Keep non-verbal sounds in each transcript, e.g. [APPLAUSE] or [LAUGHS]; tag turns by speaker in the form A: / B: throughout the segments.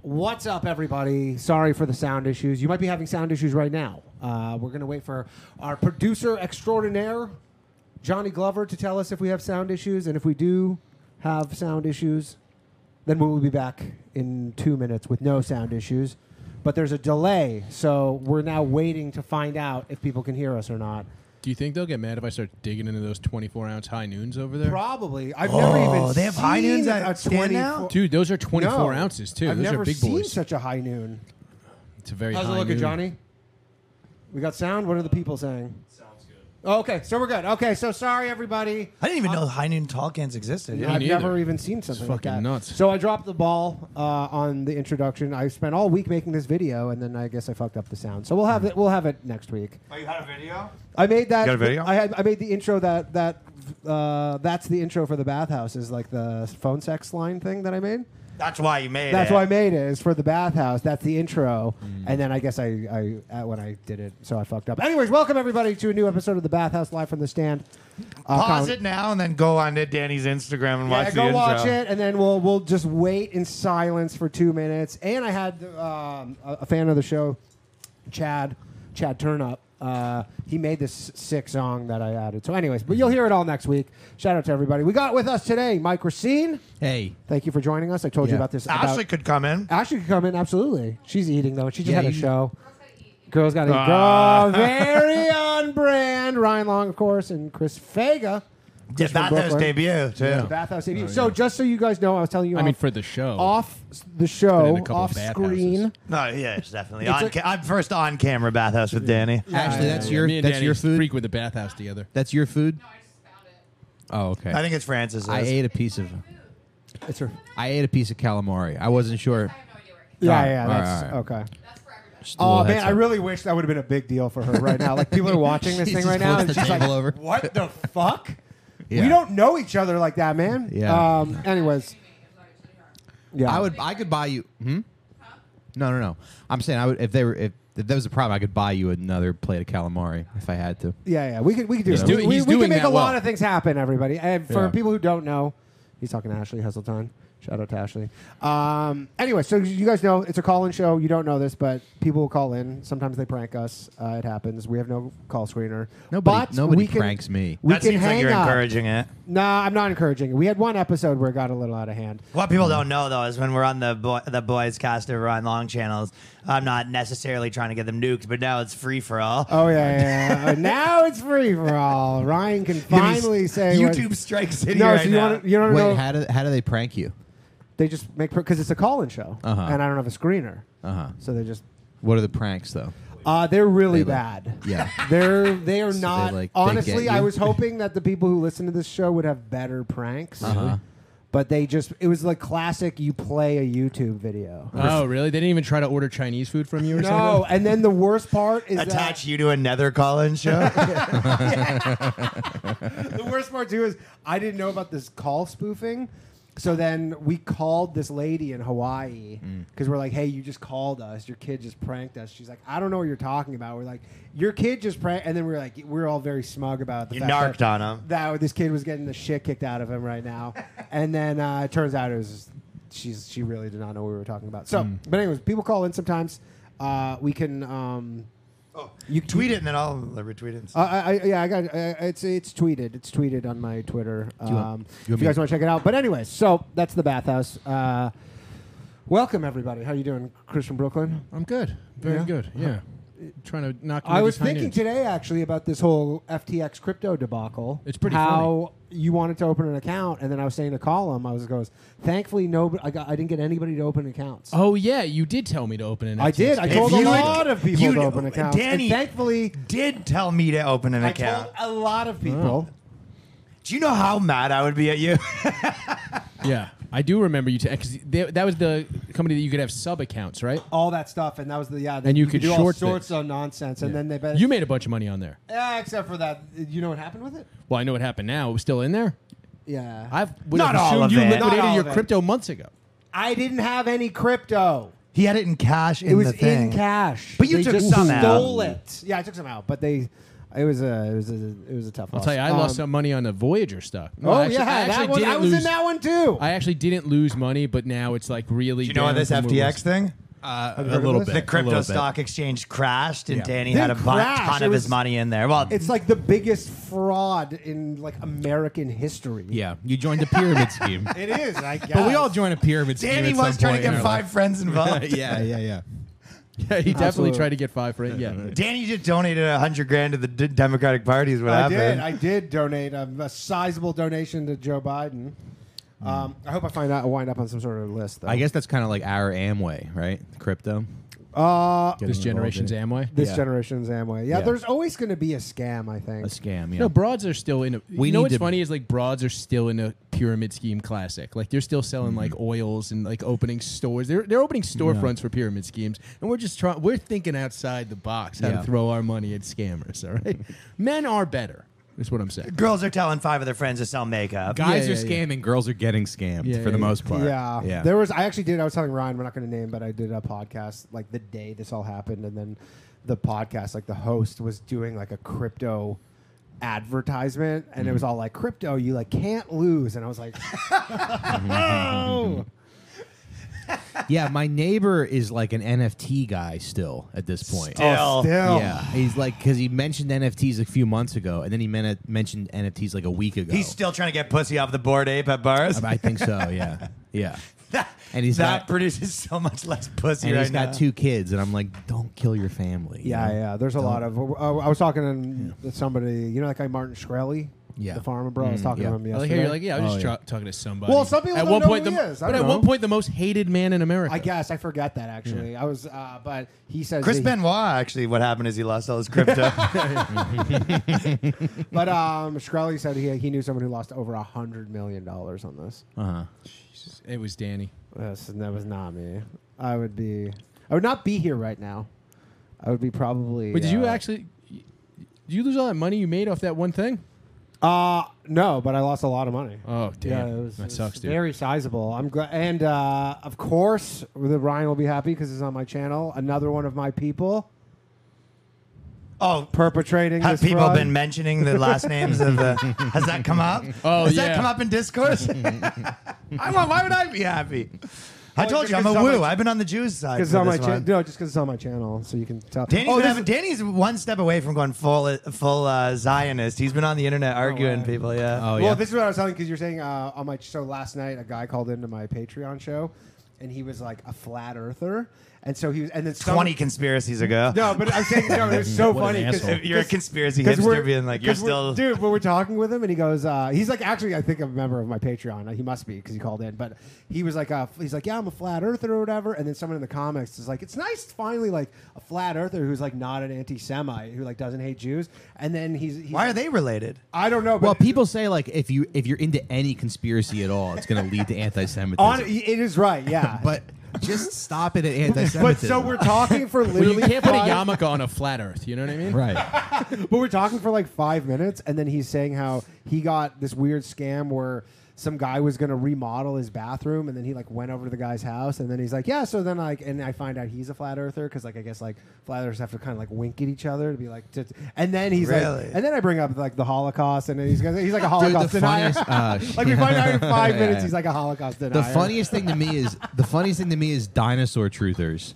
A: What's up, everybody? Sorry for the sound issues. You might be having sound issues right now. Uh, we're going to wait for our producer extraordinaire, Johnny Glover, to tell us if we have sound issues. And if we do have sound issues, then we will be back in two minutes with no sound issues. But there's a delay, so we're now waiting to find out if people can hear us or not.
B: Do you think they'll get mad if I start digging into those 24 ounce high noons over there?
A: Probably. I've never even
C: Oh, they have high
A: seen
C: noons at
A: a
C: 10 now?
A: 24
B: Dude, those are 24
A: No.
B: ounces too.
A: I've
B: those
A: never
B: are big
A: seen
B: boys.
A: such a high noon.
B: it's a very
A: How's it
B: high
A: looking,
B: noon.
A: Johnny? We got sound. What are the people saying? Sounds good. Okay, so we're good. Okay, so sorry everybody.
C: I didn't even know high noon tall cans existed.
B: Yeah.
A: I've
B: neither.
A: never even seen something like
B: fucking
A: that.
B: nuts.
A: So I dropped the ball uh, on the introduction. I spent all week making this video, and then I guess I fucked up the sound. So we'll have it. We'll have it next week.
D: Oh, you had a video?
A: I made that.
D: got a video?
A: I had. I made the intro that that uh, that's the intro for the bathhouse is like the phone sex line thing that I made.
D: That's why you made
A: That's
D: it.
A: why I made it. Is for the bathhouse. That's the intro,
B: Mm.
A: and then I guess I, I uh, when I did it, so I fucked up. Anyways, welcome everybody to a new episode of the Bathhouse live from the stand. Uh,
D: Pause
A: Colin-
D: it now and then go on to Danny's Instagram and
A: Yeah,
D: watch
A: go
D: the
A: watch
D: intro.
A: it, and then we'll we'll just wait in silence for two minutes. And I had um, a, a fan of the show, Chad Chad Turnup. Uh, he made this sick song that I added. So, anyways, but you'll hear it all next week. Shout out to everybody. We got with us today Mike Racine.
C: Hey.
A: Thank you for joining us. I told you
C: Yeah.
A: about this. about-
D: Ashley could come in.
A: Ashley could come in, absolutely. She's eating though. She just
C: Yeah,
A: had a
C: you-
A: show. Girls gotta eat.
D: Ah.
A: Girl,
E: [LAUGHS]
A: very on brand. Ryan Long, of course, and Chris Fega.
D: Did
A: from
D: Bathhouse
A: Brooklyn.
D: debut, too.
B: Yeah.
A: Bathhouse AV.
B: Oh,
A: so
B: yeah.
A: just so you guys know, I was telling you
B: I
A: off,
B: mean, for the show.
A: off the
B: been in a
A: show,
B: couple
A: off
B: bathhouses.
A: screen.
D: No, yeah, it's definitely.
A: It's
D: on
A: a-
D: ca- I'm first on camera Bathhouse with Danny.
E: Ashley, that's your
B: Me and
E: that's
B: Danny
E: your food.
B: Freak with the bathhouse together.
E: That's your food. Oh, okay.
D: I think it's Francis.
E: I ate a piece of
A: It's her.
E: I ate a piece of calamari. I wasn't sure.
A: Yeah,
E: Alright,
A: yeah,
E: alright,
A: that's
E: alright.
A: okay.
E: Just a little
A: Oh man,
E: heads
A: I
E: up.
A: really wish that would have been a big deal for her right now. Like people are
E: [LAUGHS]
A: watching this
E: She
A: thing
E: just
A: right now,
E: flips
A: and
E: the
A: she's like,
E: table over. [LAUGHS]
A: "What the fuck? We
E: Yeah.
A: don't know each other like that, man."
E: Yeah.
A: Um. Anyways. Yeah.
E: I would I could buy you. Hmm? No, no, no. I'm saying I would if they were if, if there was a problem, I could buy you another plate of calamari if I had to.
A: Yeah, yeah, we could we could do.
B: He's
A: it.
B: do-
A: we, we,
B: he's
A: we can
B: doing
A: make a
B: that
A: lot
B: well.
A: of things happen, everybody. And for
B: Yeah.
A: people who don't know, he's talking to Ashley Heseltine. Shout out to Ashley. Um, anyway, so you guys know it's a call-in show. You don't know this, but people will call in. Sometimes they prank us. Uh, it happens. We have no call screener.
E: Nobody-
A: but
E: nobody
A: we can-
E: pranks me.
A: We
D: that
A: can
D: seems
A: hang
D: like you're
A: up.
D: encouraging it.
A: Nah, I'm not encouraging. it. We had one episode where it got a little out of hand.
D: What people don't know though is when we're on the boy, the boys cast over on long channels, I'm not necessarily trying to get them nuked, but now it's free for all.
A: Oh yeah,
D: [LAUGHS]
A: yeah. yeah. now it's free for all. Ryan can
D: Give me-
A: finally say what-
D: YouTube strikes city
A: No,
D: right
A: so you
D: now.
A: want you don't know.
E: Wait, how do how do they prank you?
A: they just make because it's a call-in show,
E: Uh-huh.
A: and I don't have a screener,
E: Uh-huh.
A: so they just
E: What are the pranks though?
A: uh, they're really
E: They like-
A: bad.
D: [LAUGHS]
E: Yeah.
A: They're they are
E: [LAUGHS] So they,
A: not
E: like, they
A: honestly.
E: get
A: I
E: you? [LAUGHS]
A: was hoping that the people who listen to this show would have better pranks,
E: Uh-huh.
A: but they just it was like classic. You play a YouTube video.
B: Oh, really? They didn't even try to order Chinese food from you or
A: No,
B: something?
A: and then the worst part is uh,
D: Attach you to another call-in
A: [LAUGHS]
D: show. [LAUGHS]
A: that [LAUGHS] the worst part too is I didn't know about this call spoofing. So then we called this lady in Hawaii
D: Mm.
A: because we're like, "Hey, you just called us. Your kid just pranked us." She's like, "I don't know what you're talking about." We're like, "Your kid just pranked," and then we're like, "We're all very smug about the
D: you
A: fact that-
D: narked on him.
A: that this kid was getting the shit kicked out of him
D: [LAUGHS]
A: right now. and then uh, it turns out it was she's she really did not know what we were talking about. So,
D: Mm.
A: but anyways, people call in sometimes. Uh, we can. Um,
D: You tweet it and then I'll retweet it.
A: uh, I, I, yeah, I got uh, it's it's tweeted. It's tweeted on my Twitter. Um,
E: you want-
A: if
E: you
A: you
E: want me
A: guys
E: to-
A: want to check it out. But anyways, so that's the bathhouse. Uh, welcome everybody. How you doing, Chris from Brooklyn?
B: I'm good. Very
A: Yeah?
B: good. Yeah. trying to knock.
A: I
B: these
A: was
B: high
A: thinking
B: noons.
A: today actually about this whole FTX crypto debacle.
B: It's pretty
A: how you wanted to open an account, and then I was saying to call him. I was goes, thankfully nobody, I, got, I didn't get anybody to open accounts.
B: Oh yeah, you did tell me to open an.
A: I
B: FTX
A: did. I
B: page.
A: told
D: If
A: a
D: you-
A: lot of people
D: you-
A: to open accounts.
D: Danny-
A: and thankfully,
D: Did tell me to open an
A: I
D: account.
A: told a lot of people.
D: Do you know how mad I would be at you?
B: Yeah, I do remember you because that was the company that you could have sub accounts, right?
A: All that stuff, and that was the yeah.
B: And you could
A: do all
B: short
A: sorts
B: things.
A: of nonsense, and then they bet
B: You made a bunch of money on there.
A: Yeah, Ah, except for that. You know what happened with it?
B: Well, I know what happened now. It was still in there.
A: Yeah,
B: I've would
D: Not
B: have assumed
D: all of
B: you
D: it.
A: Not all
B: liquidated your
A: of it.
B: crypto months ago.
A: I didn't have any crypto.
D: he had it in cash in
A: It was
D: the thing.
A: in cash.
D: But you took
A: just
D: some
A: stole
D: out.
A: it. Yeah, I took some out, but they
F: It was a it was a it was a tough.
B: I'll tell you, I
A: Um,
B: lost some money on the Voyager stock. No,
A: oh
B: I actually-
A: yeah,
B: I actually
A: that one, I
B: didn't
A: was in
B: lose-
A: that one too.
B: I actually didn't lose money, but now it's like really.
D: you know
B: down
D: this
B: from what it
D: FTX
B: was.
D: thing?
E: Uh, a
A: heard of
E: little
A: this?
E: bit. a
D: The
A: The
E: little
D: crypto
E: bit.
D: stock exchange crashed, and
E: Yeah.
D: Danny
A: They
D: had a bu-
A: crashed.
D: ton
A: It
D: of
A: was-
D: his money in there. Well,
A: It's like the biggest fraud in like American history.
E: Yeah, you joined a pyramid
D: [LAUGHS]
E: scheme.
A: [LAUGHS] it is. I guess.
E: But we all join a pyramid scheme.
D: Danny
E: at some
D: was trying to
E: point in
D: get
E: our
D: five
E: [LAUGHS]
D: friends involved.
E: life. yeah, yeah, yeah.
B: [LAUGHS] Yeah, he definitely
F: Absolutely.
B: tried to get five for it.
D: [LAUGHS]
B: Yeah.
D: Danny just donated a hundred grand to the D- Democratic Party. Is what
A: I
D: happened.
A: did. I did donate um, a sizable donation to Joe Biden.
B: Hmm.
A: Um, I hope I find out. Wind up on some sort of list. Though.
E: I guess that's kind of like our Amway, right? Crypto.
A: Uh,
E: Getting
B: This
E: involved
B: generation's
E: in it.
B: Amway.
A: this
E: Yeah.
A: generation's Amway. Yeah,
E: Yeah.
A: there's always going to be a scam. I think.
E: a scam. Yeah.
B: No, broads are still in. A,
E: We
B: we you know
E: need
B: what's
E: to-
B: funny is like broads are still in a pyramid scheme classic. Like they're still selling
E: Mm-hmm.
B: like oils and like opening stores. They're they're opening storefronts for pyramid schemes, and we're just trying. We're thinking outside the box how
E: Yeah.
B: to throw our money at scammers. All
E: [LAUGHS]
B: right, men are better. Is what I'm saying.
D: Girls are telling five of their friends to sell makeup.
E: Guys
B: Yeah,
E: are
B: yeah, yeah.
E: scamming. Girls are getting scammed
B: Yeah,
E: for the
B: yeah,
E: most part.
A: Yeah.
E: Yeah.
A: There was I actually did I was telling Ryan we're not going to name but I did a podcast like the day this all happened and then the podcast like the host was doing like a crypto advertisement and
E: Mm-hmm.
A: it was all like crypto you like can't lose and I
E: [LAUGHS]
A: was like
E: [LAUGHS] Mm-hmm.
A: "Oh!"
E: yeah. My neighbor is like an NFT guy still at this point.
D: Oh, Still.
A: still
E: Yeah, he's like because he mentioned NFTs a few months ago, and then he men- mentioned NFTs like a week ago.
D: He's still trying to get pussy off the board ape at bars.
E: I think so.
D: [LAUGHS]
E: Yeah, yeah.
D: that
E: And he's
D: that
E: got-
D: produces so much less pussy
E: And
D: right
E: he's got
D: now.
E: two kids, and I'm like, don't kill your family. you
A: yeah
E: know?
A: yeah there's a lot of uh, I was talking to somebody you know that guy Martin Shkreli
E: Yeah.
A: the farmer bro I was talking
E: yeah.
A: to him
B: I like
A: yesterday
B: how you're like, Mm, yeah, I was
E: Oh,
B: just
E: yeah.
B: tra- talking to somebody.
A: Well, some people
B: at
A: don't
B: one
A: know
B: point
A: who he
B: the,
A: is. I
B: but
A: don't
B: at one
A: know.
B: point the most hated man in America.
A: I guess I forgot that actually I was uh, but he says
D: Chris
A: that he-
D: Benoit, actually, what happened is he lost all his crypto. [LAUGHS]
A: [LAUGHS] but um Shkreli said he he knew someone who lost over a hundred million dollars on this.
E: Uh-huh.
B: it was Danny.
A: Yes, and that was not me. I would be. I would not be here right now. I would be probably.
B: But did you
A: uh,
B: actually? Did you lose all that money you made off that one thing?
A: Uh no, but I lost a lot of money.
B: Oh damn, that sucks, dude.
A: Very sizable. I'm glad, and uh, of course, the Ryan will be happy because it's on my channel. Another one of my people
D: oh,
A: perpetrating.
D: have
A: this
D: people
A: fraud.
D: been mentioning the last names of [LAUGHS]
A: [LAUGHS]
D: the? Has that come up?
B: Oh,
D: has
B: yeah.
D: that come up
E: [LAUGHS]
D: in discourse? I want. Why would I be happy? I told you I'm
A: because
D: a
A: I'm
D: woo.
A: a-
D: I've been on the Jews side.
A: Because it's
D: for
A: on my
D: this
A: channel.
D: one.
A: No, just because it's on my channel, so you can tell.
D: Danny's,
A: oh,
D: been
A: this
D: having- Danny's one step away from going full full uh, Zionist. He's been on the internet arguing
A: wow.
D: people. Yeah.
E: Oh
A: well,
E: yeah.
A: this is what I was telling because you're saying uh, on my so last night a guy called into my Patreon show, and he was like a flat earther, and so he was, and then some-
D: 20 conspiracies ago.
A: No, but I'm saying no.
D: [LAUGHS]
A: It's so
B: What
A: funny
B: an
A: because
B: asshole.
D: You're a conspiracy
A: Because
D: hipster being like, you're
A: 'cause we're-
D: still.
A: dude. But we're talking with him, and he goes, uh, he's like, actually, I think a member of my Patreon. uh, He must be because he called in. But he was like, uh, he's like, yeah, I'm a flat earther or whatever. And then someone in the comments is like, it's nice finally like a flat earther who's like not an anti-Semite who like doesn't hate Jews. And then he's, he's
D: Why are they related?
A: I don't know. But
E: well, people say like if you if you're into any conspiracy at all, it's going to lead to anti-Semitism.
A: on it is right, yeah.
E: [LAUGHS] but just stop it at anti-Semitism.
A: [LAUGHS] but so we're talking for
E: [LAUGHS]
B: Well, you
A: literally
B: can't put a
A: five-
B: yarmulke on a flat Earth. You know what I mean?
E: right.
A: But we're talking for like five minutes, and then he's saying how he got this weird scam where some guy was going to remodel his bathroom, and then he like went over to the guy's house, and then he's like, yeah. So then like, and I find out he's a flat earther because like I guess like flat earthers have to kind of like wink at each other to be like, to, and then he's
D: Really?
A: like, and then I bring up like the Holocaust, and then he's gonna, he's like a
E: Dude,
A: Holocaust
E: the
A: denier.
E: funniest. Uh,
A: [LAUGHS] like we find out
E: [LAUGHS]
A: in five
E: Yeah,
A: minutes,
E: yeah.
A: he's like a Holocaust denier.
E: the funniest thing to me is the funniest thing to me is dinosaur truthers.
A: are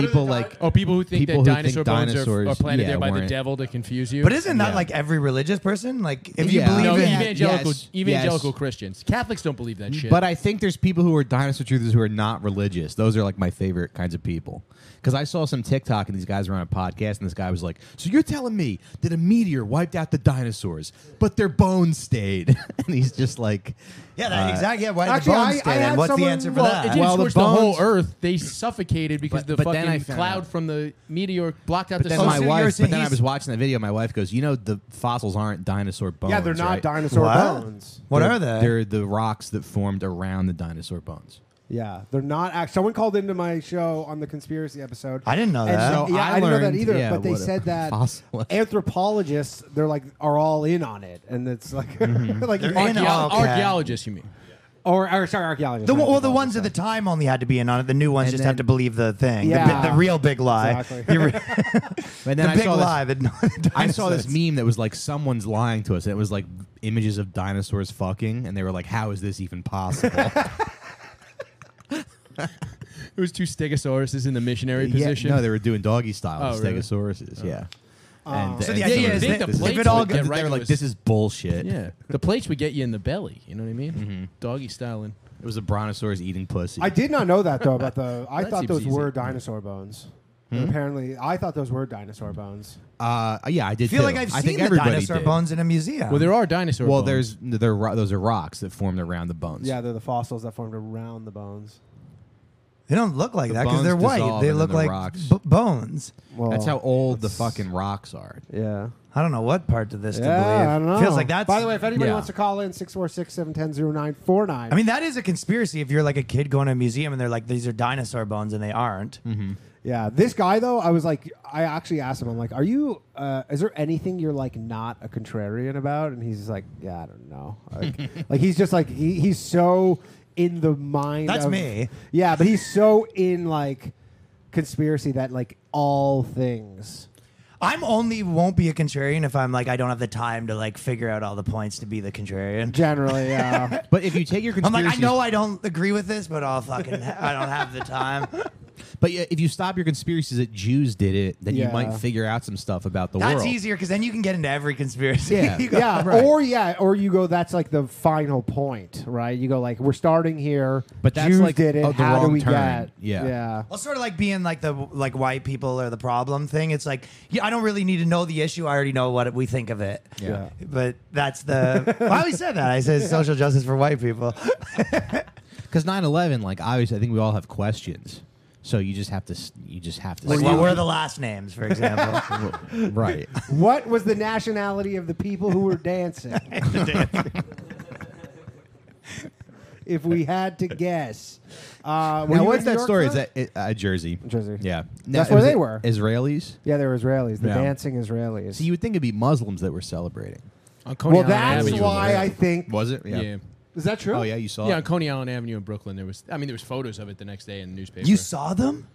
A: the
E: people
A: di-
E: like
B: Oh, people who think
E: People
B: that
E: who
B: dinosaur
E: think
B: bones
E: dinosaurs-
B: are, are planted
E: yeah,
B: there by the
E: weren't.
B: devil to confuse you.
D: But isn't that
E: Yeah.
D: like every religious person? Like, if you
E: Yeah.
D: believe
B: no,
D: in.
E: even-
B: evangelical
E: yes,
B: evangelical
E: yes.
B: Christians, Catholics don't believe that shit.
E: But I think there's people who are dinosaur truthers who are not religious. Those are like my favorite kinds of people. Because I saw some TikTok and these guys were on a podcast and this guy was like, "So you're telling me that a meteor wiped out the dinosaurs, but their bones stayed?" [LAUGHS] and he's just like,
D: Yeah,
E: uh,
D: that, exactly. Yeah, why did the
A: actually,
D: bones
A: I-
D: stay
A: I
D: then?
A: had
D: What's the
A: someone-
D: answer for
A: well,
B: it
D: that?
B: didn't
E: well, the
B: scorch the, whole
E: bones-
B: Earth. They suffocated because
E: But-
B: the
E: but then I
B: fucking
E: found
B: cloud
E: out.
B: from the meteor blocked out
E: "But
B: the
E: then
B: sun.
E: my
D: so you're
E: wife." But
D: saying
E: then I
D: he's-
E: was watching the video. My wife goes, "You know, the fossils aren't dinosaur bones.
A: yeah, they're not
E: right?
A: dinosaur
D: What?
A: bones.
D: What
E: They're-
D: are they?
E: They're the rocks that formed around the dinosaur bones."
A: Yeah, they're not. Act- Someone called into my show on the conspiracy episode.
D: I didn't know
A: And
D: that.
A: so-
E: So
A: yeah,
E: I
A: I, didn't know that
E: learned-
A: either.
E: yeah,
A: but they
E: what a
A: said that
E: fossil.
A: anthropologists, they're like, [LAUGHS] are all in on it, and it's like, like
D: They're
A: ar-
D: in on-
B: Archeo-
D: Okay.
B: Archaeologists, you mean?
F: Or, or sorry, archaeologists.
D: The,
F: not
D: one- well, the ones
F: anthropologists,
D: at the time only had to be in on it. The new ones
E: And
D: just
E: then-
D: have to believe the thing. The bi-
F: Yeah.
D: The, real big lie.
E: [LAUGHS]
F: Exactly.
D: [LAUGHS] The re-
E: And
D: the
E: then I
D: big
E: saw this-
D: lie. That
E: I saw this meme that was like someone's lying to us. And it was like images of dinosaurs fucking, and they were like, "How is this even [LAUGHS] possible?"
B: It was two stegosauruses in the missionary
E: Yeah,
B: position.
E: no, they were doing doggy style
B: Oh,
E: with
B: really?
E: stegosauruses. Yeah.
D: So
E: and
D: the
E: they
D: idea
E: were
D: is
E: like, this
D: that
B: the
E: is-
B: plates would get
E: they were
B: right
E: like,
B: was-
E: "This is bullshit." Mm-hmm.
B: yeah, the plates would get you in the belly. You know what I mean? Doggy styling.
E: It was a brontosaurus eating pussy.
A: I did not know that though about the. I
B: That
A: thought
B: seems
A: those
B: easy.
A: were dinosaur bones. Apparently, I thought those were dinosaur bones.
E: Uh, yeah, I did.
D: I feel
E: too.
D: like I've
E: I
D: seen
E: think
D: the
E: everybody
D: dinosaur
E: did.
D: bones in a museum.
B: Well, there are dinosaur.
E: Well,
B: bones.
E: there's they're, ro- those are rocks that formed around the bones.
A: Yeah, they're the fossils that formed around the bones.
D: They don't look like
E: The
D: that because
E: bones
D: they're white.
E: dissolve
D: They
E: and then
D: look
E: the
D: like
E: rocks.
D: b- bones.
A: Well,
E: that's how old the fucking rocks are.
A: Yeah.
D: I don't know what part to this [LAUGHS] to believe.
A: Yeah, I don't know.
D: Feels like that's.
A: By the way, if anybody
E: yeah.
A: wants to call in, 646-710-0949.
D: I mean, that is a conspiracy. If you're like a kid going to a museum and they're like, "These are dinosaur bones," and they aren't.
E: Mm-hmm.
A: yeah, this guy though, I was like, I actually asked him, I'm like, are you? Uh, is there anything you're like not a contrarian about? And he's just like, yeah, I don't know.
E: [LAUGHS]
A: Like, like, he's just like he, he's so in the mind.
D: That's
A: of-
D: me.
A: Yeah, but he's so in like conspiracy that like
E: [LAUGHS]
A: all things.
D: I'm only won't be a contrarian if I'm like I don't have the time to like figure out all the points to be the contrarian.
A: Generally, yeah.
D: [LAUGHS]
E: But if you take your
D: I'm like
E: conspiracies,
D: I know I don't agree with this, but I'll fucking ha- I don't have the time.
E: [LAUGHS] but yeah, if you stop your conspiracies that Jews did it, then
A: Yeah.
E: you might figure out some stuff about [LAUGHS] the
D: That's
E: world.
D: easier because then you can get into every conspiracy.
E: Yeah.
D: [LAUGHS] You go-
A: yeah,
E: Right.
A: or yeah, or you go. That's like the final point, right? You go like, we're starting here.
E: But that's
A: Jews
E: like
A: did it.
E: of the
A: How do
E: wrong
A: we
E: turn.
A: get?
E: Yeah.
A: yeah.
D: Well, sort of like being like the like white people are the problem thing. It's like yeah, I don't really need to know the issue. I already know what we think of it.
E: Yeah.
D: But that's the. I always said that.
E: [LAUGHS]
D: I said social justice for white people. [LAUGHS]
E: Because 9/11, like obviously, I think we all have questions. So you just have to, s- you just have to,
D: Like,
E: say-
D: what were the last names, for example?
E: [LAUGHS] right?
A: What was the nationality of the people who
E: [LAUGHS]
A: were dancing? if we had to guess, uh, were
E: Now,
A: you
E: what's
A: in
E: that
A: New York
E: story? Is
A: first?
E: that it, uh, Jersey?
A: Jersey.
E: Yeah,
A: That's
E: Now,
A: where
E: is
A: they
E: it
A: were.
E: Israelis.
A: yeah, they were Israelis, the
E: Yeah.
A: dancing Israelis.
E: So you would think it'd be Muslims that were celebrating.
B: on Uh, Coney
A: well,
B: Island
A: that's
B: Avenue.
A: why I think.
E: Was it?
B: Yeah. yeah.
A: Is that true?
E: Oh yeah, you saw.
B: Yeah, on
E: it.
B: Coney Island Avenue in Brooklyn, there was—I mean, there was photos of it the next day in the newspaper.
D: you saw them?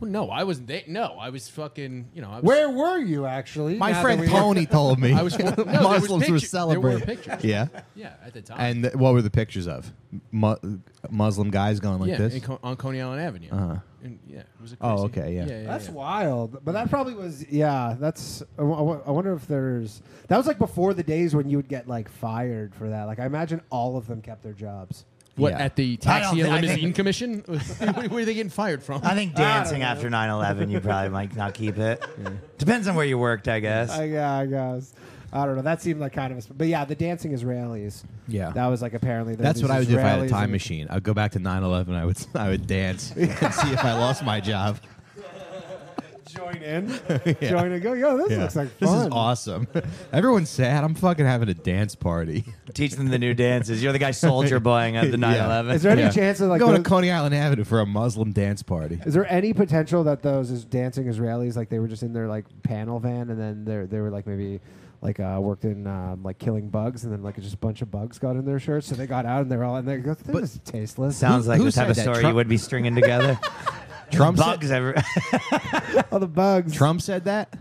B: Well, no, I wasn't there. No, I was fucking. You know, I was,
A: Where were you actually?
E: My
A: now that
E: friend
A: we-
B: [LAUGHS]
E: Tony told me
B: I
A: [LAUGHS]
B: was- no, there was
E: Muslims were
B: pictu- there were
E: celebrating.
B: pictures.
E: Yeah,
B: Yeah, at the time.
E: and th- what were the pictures of? Mu- Muslim guys going like
B: yeah,
E: this.
B: in Co- on Coney Island Avenue.
E: Uh-huh.
B: And, yeah, it was a crazy,
E: Oh, okay, yeah.
A: That's
B: yeah.
A: wild. But that probably was, yeah. That's. I, wo- I wo- I wonder if there's. That was like before the days when you would get like fired for that. Like I imagine all of them kept their jobs.
B: What
E: Yeah.
B: at the
D: I don't
B: Taxi and
D: thi- I
B: Limousine
D: think-
B: Commission? [LAUGHS] where, where are they getting fired from?
D: I think dancing after 9 11, you probably might not keep it. Depends on where you worked, I guess.
A: I, yeah, I guess. I don't know. That seemed like kind of a. sp- But yeah, the dancing Israelis.
E: Yeah.
A: That was like apparently. there were
E: That's
A: these
E: what I would do if I had
A: Israelis
E: a time
A: and-
E: machine. I'd go back to 9/11. I would [LAUGHS] I would
A: [LAUGHS]
E: dance and see if I lost my job.
A: [LAUGHS] Join
D: [LAUGHS]
A: in. Join in. Go, yo, Oh, this
E: Yeah.
A: looks like
E: this
A: fun.
E: is awesome. [LAUGHS] Everyone's sad. I'm fucking having a dance party.
D: [LAUGHS] Teach them the new dances. You're the guy soldier boying
E: [LAUGHS]
D: at the 9 11.
A: Is there any
E: Yeah.
A: chance of like.
E: Going
A: those-
E: to Coney Island Avenue for a Muslim dance party.
A: Is there any potential that those is dancing Israelis like they were just in their like panel van and then they they were like maybe like uh, worked in um, like killing bugs and then like just a bunch of bugs got in their shirts so they got out and they're all in there. This
E: But-
A: is tasteless.
D: Sounds like
E: who
D: the type
E: said
D: of
E: that?
D: story you
E: Trump-
D: would be stringing
A: [LAUGHS]
D: together.
E: Trump
D: Bugs
E: said,
D: every.
A: [LAUGHS] all the bugs.
E: Trump said that?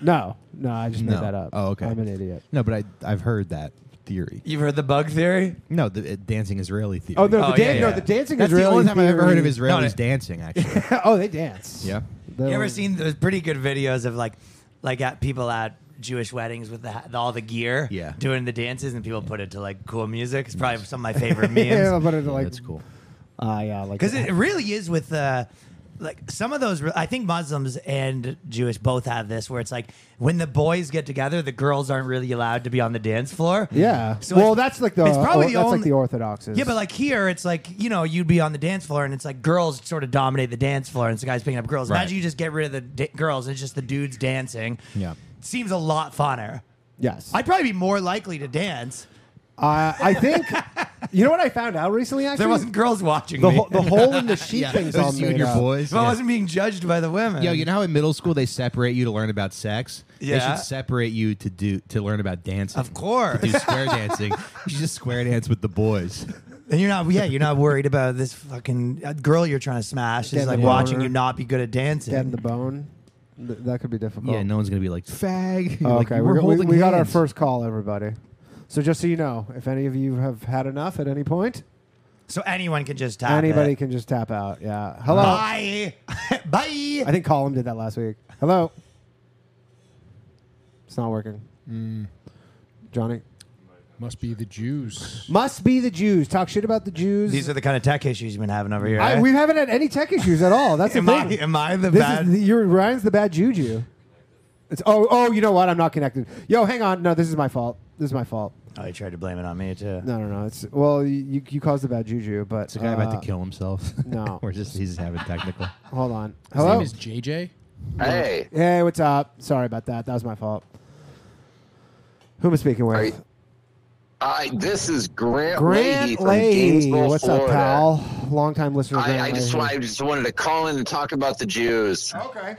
A: No, no, I just made
E: No.
A: that up.
E: Oh, okay.
A: I'm an idiot.
E: No, but I I've heard that theory.
D: You've heard the bug theory?
E: No, the uh, dancing Israeli theory.
A: Oh, no, the,
D: Oh,
A: dan-
D: yeah,
A: no
D: yeah.
A: the dancing
E: That's
A: Israeli
E: the only time I've ever heard of
A: theory-
E: Israelis
D: No, no.
E: dancing actually.
A: [LAUGHS] oh, they dance.
E: yeah.
A: They
D: You ever
A: were-
D: seen those pretty good videos of like, like at people at Jewish weddings with the, ha- all the gear,
E: Yeah.
D: doing the dances, and people put it to like cool music. It's probably some of my
A: [LAUGHS]
D: favorite
A: Yeah,
D: memes
A: but it's like
E: That's cool.
A: Ah, yeah, like
D: because it really is with uh, like some of those. re- I think Muslims and Jewish both have this where it's like when the boys get together, the girls aren't really allowed to be on the dance floor.
A: Yeah.
D: So
A: well,
D: it's-
A: that's like the.
D: it's probably
A: oh,
D: the
A: that's like
D: only-
A: the orthodoxes.
D: Yeah, but like here, it's like you know you'd be on the dance floor, and it's like girls sort of dominate the dance floor, and it's the guys picking up girls.
E: Right.
D: Imagine you just get rid of the d- girls, and it's just the dudes dancing.
E: Yeah.
D: seems a lot funner.
A: yes,
D: I'd probably be more likely to dance
A: Uh, I think [LAUGHS] you know what I found out recently. Actually,
D: if there wasn't girls watching
A: the,
D: me.
A: ho- the hole
D: [LAUGHS]
A: in the sheet
E: Yeah,
A: thing's
E: it was
A: all
E: you and
A: made
E: your
A: up.
E: boys.
D: if I
E: yeah.
D: wasn't being judged by the women.
E: Yo, you know how in middle school they separate you to learn about sex? They
D: Yeah.
E: should separate you to do to learn about dancing.
D: Of course.
E: To do square dancing. You should just square dance with the boys.
D: And you're not, yeah, you're not worried about this fucking uh, girl you're trying to smash
A: Dead
D: is like
A: in the
D: watching
A: water.
D: you not be good at dancing.
A: Dead in the bone. Th- that could be
D: [LAUGHS]
A: difficult.
E: Yeah, no one's gonna be like fag. [LAUGHS]
A: Oh,
E: Like,
A: okay,
E: we're
A: we got- we,
E: holding
A: we got our
E: hands.
A: first call, everybody. So just so you know, if any of you have had enough at any point,
D: so anyone can just tap
A: anybody
D: it.
A: can just tap out. Yeah. Hello.
D: Bye. [LAUGHS] Bye.
A: I think Column did that last week. Hello. It's not working.
D: Mm.
A: Johnny.
B: Must be the Jews.
A: Must be the Jews. Talk shit about the Jews.
D: These are the kind of tech issues you've been having over here.
A: I,
D: eh?
A: we haven't had any tech issues at all. That's the
D: [LAUGHS] am, I,
A: thing.
D: am I the
A: this
D: bad?
A: is the, you're Ryan's the bad juju. It's oh oh you know what I'm not connected. Yo, hang on. No, this is my fault. This is my fault.
D: oh, you tried to blame it on me, too.
A: No, no, no. It's well, you you caused the bad juju, but
E: It's a guy about
A: uh,
E: to kill himself. [LAUGHS]
A: no.
E: or just he's just having technical.
A: Hold on.
B: His
A: Hello.
B: name is JJ.
G: Hey,
A: hey, what's up? Sorry about that. That was my fault. Who am I speaking with?
G: Are you- I, this is Grant, Leahy
A: Grant
G: from
A: Leahy.
G: Gainesville,
A: What's
G: Florida.
A: up, pal? Long time listener.
G: I,
A: Grant
G: I just
A: Leahy.
G: I just wanted to call in and talk about the Jews.
A: Okay. What,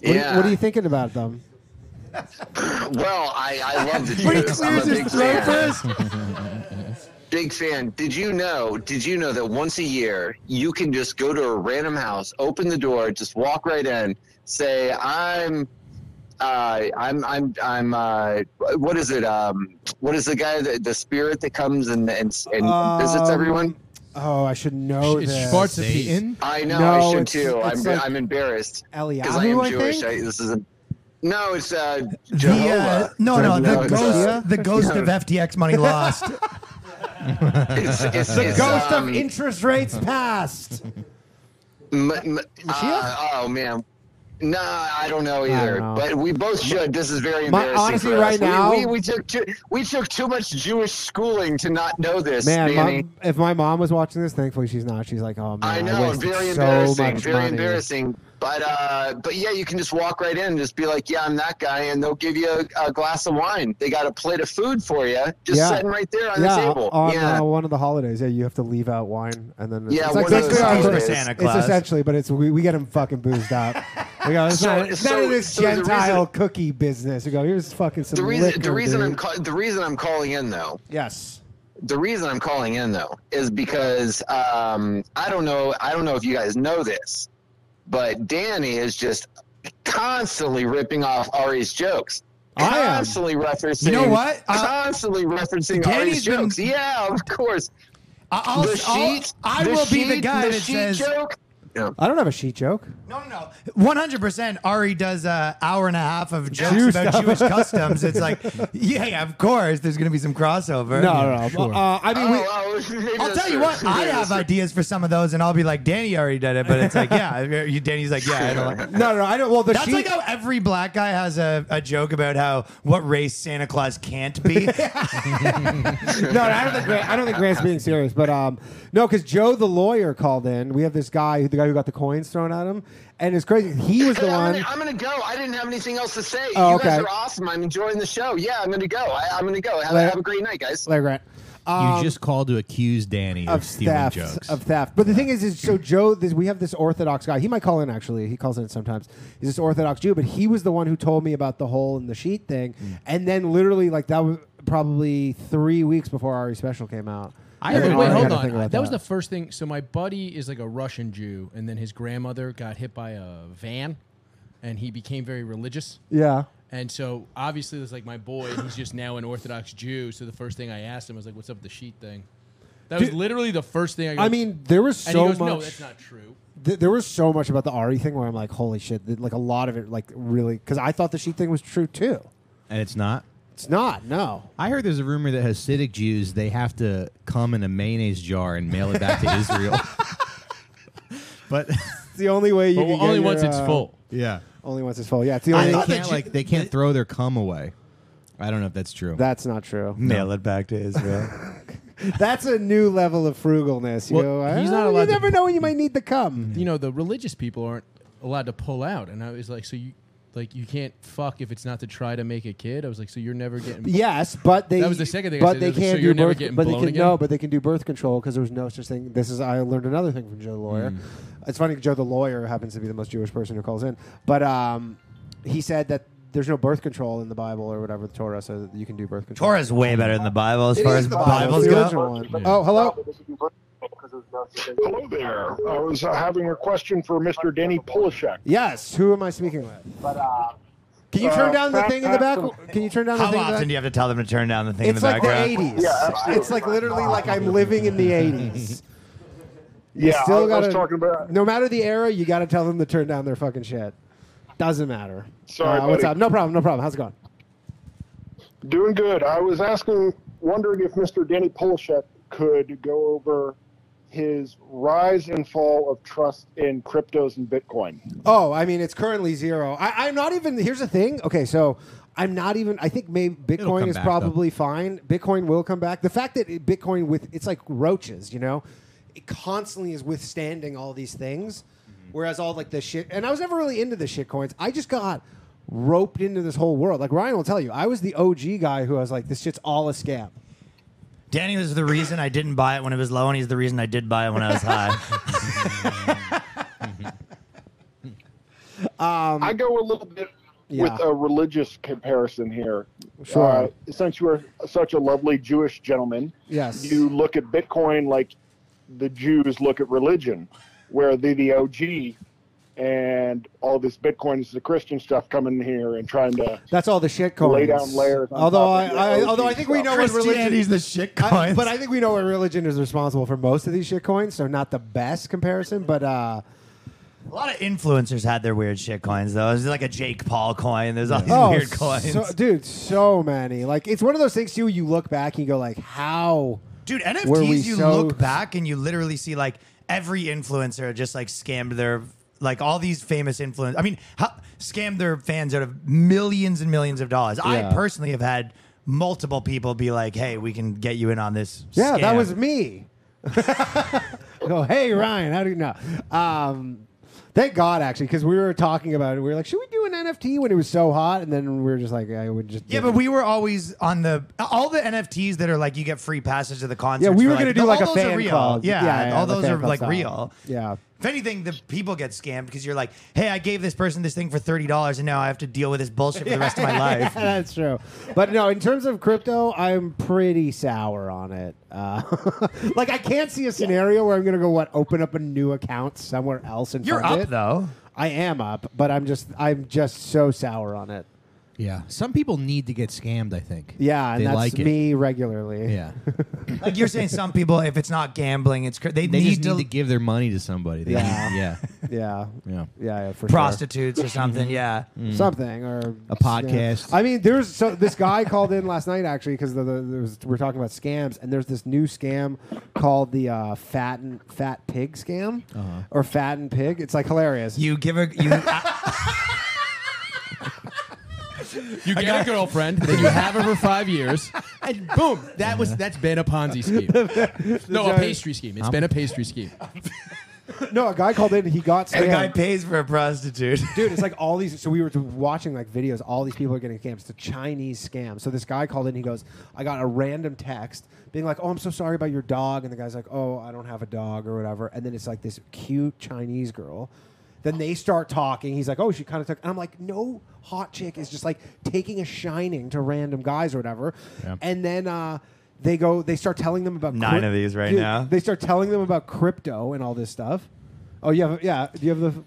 G: Yeah.
A: are, what are you thinking about them?
G: Well, I, I love
A: [LAUGHS]
G: the Jews. I'm a big fan. [LAUGHS] Big fan. Did you know? Did you know that once a year you can just go to a random house, open the door, just walk right in, say I'm, uh, I'm I'm I'm uh, what is it? Um, what is the guy that the spirit that comes and and, and visits
A: Um,
G: everyone?
A: Oh, I should know
B: It's
A: this.
B: Schwarz-
G: I know
A: No,
G: I should
A: it's-
G: too.
A: it's
G: I'm
A: like
G: I'm embarrassed because I
A: Eliyahu,
G: am
A: I
G: Jewish.
A: think?
G: I, this is a no. It's uh,
D: The,
G: Jehovah.
D: uh, no, no, the
G: it's, uh,
D: ghost, the ghost of FTX money lost.
A: [LAUGHS]
G: It's, it's,
A: the
G: it's,
A: ghost
G: um,
A: of interest rates past.
G: M- m- uh, oh man, no, I don't know either.
A: know.
G: But we both should. This is very
A: My-
G: embarrassing.
A: honestly,
G: for us.
A: right
G: We-
A: now-
G: we, we, took too we took too much Jewish schooling to not know this,
A: Man,
G: Manny.
A: mom, if my mom was watching this, thankfully she's not. She's like, oh man,
G: I know,
A: wasted
G: very
A: so
G: embarrassing,
A: much
G: very
A: money.
G: embarrassing. But uh, but yeah, you can just walk right in and just be like, yeah, I'm that guy, and they'll give you a, a glass of wine. They got a plate of food for you, just
A: Yeah.
G: sitting right there on
A: Yeah,
G: the table.
A: on
G: yeah.
A: uh, one of the holidays, yeah, you have to leave out wine, and then it's,
G: Yeah,
A: it's
G: one
A: like
G: of
A: that's
G: those
A: good
G: holidays.
A: it's-
D: Santa
A: It's
D: Claus.
A: essentially, but it's we, we get them fucking
D: [LAUGHS]
A: boozed up. We go, it's
G: So-
A: not, it's none
G: so-
A: of this
G: so the reason-
A: Gentile cookie business. We go, here's fucking some
G: the reason,
A: liquor.
G: the reason I'm
A: dude.
G: call- the reason I'm calling in though
A: yes,
G: the reason I'm calling in though is because um, I don't know. I don't know if you guys know this, but Danny is just constantly ripping off Ari's jokes.
A: I am.
G: Constantly referencing.
D: You know what? Uh,
G: constantly referencing Ari's
D: Danny's been-
G: jokes. Yeah, of course.
D: I- I'll,
G: the
D: I'll-
G: sheet.
D: I
G: the
D: will
G: sheet,
D: be the guy
G: the
D: that
G: sheet
D: says,
G: joke. Yeah.
A: I don't have a
G: [LAUGHS]
A: sheet joke.
D: No, no, no. One hundred percent. Ari does an hour and a half of jokes
A: Jew
D: about
E: [LAUGHS]
A: stuff.
D: Jewish customs. It's like, yeah, yeah, of course. There's going to be some crossover.
A: No, no, no.
B: Sure.
A: Uh, I mean, we,
G: Oh, oh, maybe
D: I'll
G: that's
D: tell you
G: true.
D: what. I
G: Maybe
D: have
G: that's
D: ideas for some of those, and I'll be like, Danny already did it, but it's like, yeah. [LAUGHS] you- Danny's like, yeah. I don't like.
A: no, no, no. I don't. Well, the
D: That's
A: sheet.
D: like how every black guy has a, a joke about how what race Santa Claus can't be. [LAUGHS]
A: no, no, I don't think Grant, I don't think Grant's being serious, but um, no, because Joe the lawyer called in. We have this guy, the guy who got the coins thrown at him, and it's crazy. He was
G: Hey, [LAUGHS]
A: the
G: I'm,
A: one.
G: gonna, I'm gonna go. I didn't have anything else to say.
A: Oh,
G: you guys
A: okay.
G: are awesome. I'm enjoying the show. Yeah, I'm gonna go. I, I'm gonna go. Have,
A: Later.
G: have a great night, guys.
A: Larry Grant.
E: you just called to accuse Danny of,
A: of
E: stealing
A: theft
E: jokes.
A: of theft. But the thing is, is so Joe. This, we have this Orthodox guy. He might call in actually. He calls in sometimes. He's this Orthodox Jew, but he was the one who told me about the hole in the sheet thing, and then literally like that was probably three weeks before Ari special came out.
B: I
A: And
B: heard,
A: then
B: wait,
A: Ari
B: hold
A: had to
B: on.
A: think
B: That,
A: about
B: was the first thing. So my buddy is like a Russian Jew, and then his grandmother got hit by a van, and he became very religious.
A: yeah.
B: And so obviously, there's like my boy. He's just now an Orthodox Jew. So the first thing I asked him was like, "What's up with the sheet thing?" That was
A: Dude,
B: literally the first thing I. Go,
A: I mean, there was
B: and
A: so
B: he goes,
A: much.
B: "No, that's not true."
A: th- there was so much about the Ari thing where I'm like, holy shit! th- Like a lot of it, like really, because I thought the sheet thing was true too.
E: and it's not.
A: It's not. No.
E: I heard there's a rumor that Hasidic Jews they have to come in a mayonnaise jar and mail it
A: [LAUGHS]
E: back to Israel. but
A: It's the only way you.
B: But
A: can get
B: only
A: your,
B: once it's
A: uh,
B: full.
E: yeah,
A: Only once it's full. Yeah. It's the
E: they
A: only.
D: thought that
E: can't
D: you-
E: like they can't throw their cum away. I don't know if that's true.
A: That's not true.
D: Mail it back to
A: [LAUGHS]
D: Israel.
A: That's a new level of frugalness.
B: Well,
A: you know?
B: he's not
A: Uh,
B: allowed
A: you
B: to-
A: never know when you might need to come.
B: You know, the religious people aren't allowed to pull out, and I was like, "So you, like, you can't fuck if it's not to try to make a kid." I was like, "So you're never getting."
A: [LAUGHS] Yes, but they.
B: That was the second thing I
A: But
B: said.
A: they
B: Like, so
A: can't do
B: you're never
A: birth.
B: getting
A: But they
B: blown
A: can no.
B: again?
A: But they can do birth control because there was no such thing. This is I learned another thing from Joe the lawyer.
B: Hmm.
A: It's funny. Joe the lawyer happens to be the most Jewish person who calls in, but um, he said that there's no birth control in the Bible or whatever the Torah says that you can do birth control.
D: Torah's way better than the Bible as far as
A: the
D: Bibles
A: Bible.
D: go.
A: original one. Oh, hello.
H: Hello there. I was uh, having a question for Mr. Denny Polishek.
A: Yes. Who am I speaking with? Can you turn
H: Uh,
A: down the
H: Fat
A: thing in the back?
H: Pastor.
A: Can you turn down the
D: How
A: thing? in the
D: often
A: back?
D: do you have to tell them to turn down the thing in
A: It's
D: the
A: like the
D: background?
A: 80s.
H: Yeah, absolutely.
A: it's like literally like I'm living in the 80s. You
H: Yeah, I,
A: still
H: I
A: gotta,
H: was talking about.
A: No matter the era, you got to tell them to turn down their fucking shit. Doesn't matter.
H: Sorry,
A: Uh, what's
H: buddy.
A: up? No problem. No problem. How's it going?
H: Doing good. I was asking, wondering if Mr. Denny Polishek could go over his rise and fall of trust in cryptos and Bitcoin.
A: Oh, I mean, it's currently zero. I, I'm not even. Here's the thing. Okay, so I'm not even. I think maybe Bitcoin
E: come
A: is
E: back,
A: probably fine. Bitcoin will come back. The fact that it- Bitcoin with it's like roaches, you know, it constantly is withstanding all these things.
E: Mm-hmm.
A: Whereas all like the shit, and I was never really into the shit coins. I just got roped into this whole world. Like Ryan will tell you, I was the OG guy who I was like, this shit's all a scam.
D: Danny was the reason I didn't buy it when it was low, and he's the reason I did buy it when I was
A: [LAUGHS]
D: high.
H: I go a little bit with
A: Um, Yeah.
H: a religious comparison here. Uh,
A: Sure.
H: since you are such a lovely Jewish gentleman,
A: Yes.
H: you look at Bitcoin like the Jews look at religion, where they're the OG and all this Bitcoin is the Christian stuff coming here and trying to.
A: That's all the shit coins.
H: Lay down layers on
A: Although I,
H: top of your
A: I
H: OG
A: although I think we
H: stuff.
A: know what religion
D: Christianity's the shit coins.
A: I- but I think we know what religion is responsible for most of these shit coins, so not the best comparison. But uh,
D: a lot of influencers had their weird shit coins, though. There's like a Jake Paul coin. There's all these
H: Oh,
D: weird coins.
A: oh, so- dude, so many. Like it's one of those things too. You look back and you go like, how?
D: Dude,
A: Were we
D: NFTs, you
A: so- [LAUGHS]
D: look back and you literally see like every influencer just like scammed their like all these famous influencers. I mean, how, scammed their fans out of millions and millions of dollars. I
A: Yeah.
D: personally have had multiple people be like, "Hey, we can get you in on this."
A: Yeah, that
D: scam."
A: was me. [LAUGHS] go, hey Ryan, how do you know? Um, thank God actually, because we were talking about it. We were like, should we do an NFT when it was so hot? And then we were just like, I would just
D: Yeah, but we were always on the all the NFTs that are like you get free passage to the concert.
A: Yeah, we were gonna do like a fan
D: real.
A: club.
D: Yeah,
A: Yeah, yeah,
D: all
A: the
D: those
A: fan
D: are
A: club
D: like
A: style.
D: real.
A: Yeah.
D: If anything, the people get scammed because you're like, hey, I gave this person this thing for thirty dollars, and now I have to deal with this bullshit for the rest of
A: [LAUGHS]
D: my life.
A: Yeah, that's true. But no, in terms of crypto, I'm pretty sour on it. Uh, [LAUGHS] like, I can't see a scenario where I'm going to go, what, open up a new account somewhere else and
D: You're
A: fund
D: up
A: it?
D: though.
A: I am up, but I'm just, I'm just so sour on it.
E: Yeah, some people need to get scammed. I think.
A: Yeah, and
E: they
A: that's
E: like it.
A: me regularly.
E: Yeah,
D: Like you're saying, some people, if it's not gambling, it's cr- they,
E: they
D: need,
E: just
D: to,
E: need to give their money to somebody. They
A: Yeah.
E: need- yeah,
A: [LAUGHS] yeah,
D: Mm.
E: yeah.
A: yeah, yeah, for sure.
D: prostitutes or
A: Mm-hmm.
D: something. Yeah,
A: something or
E: A podcast.
A: I mean, there's so this guy called in last night actually because the, the, there was- we're talking about scams, and there's this new scam called the uh, fat and fat pig scam or fat and pig. It's like hilarious.
D: Uh-huh. you give a you.
B: You get a girlfriend, then you have her for five
A: [LAUGHS]
B: years, and boom, that was that's been a Ponzi scheme. [LAUGHS] no, a pastry scheme. It's been a pastry
A: [LAUGHS]
B: scheme.
A: no, a guy called in, he got
D: the
A: scammed.
D: guy pays for a prostitute. [LAUGHS]
A: Dude, it's like all these. So we were watching like videos. All these people are getting scams. The Chinese scam. So this guy called in. He goes, "I got a random text being like, oh, I'm so sorry about your dog.'" And the guy's like, "Oh, I don't have a dog or whatever." And then it's like this cute Chinese girl. Then they start talking. He's like, "Oh, she kind of took." And I'm like, "No, hot chick is just like taking a shining to random guys or whatever." And then. uh they go. They start telling them about
D: Nine of these right
A: Dude,
D: now.
A: They start telling them about crypto and all this stuff. Oh, you have yeah. Do you have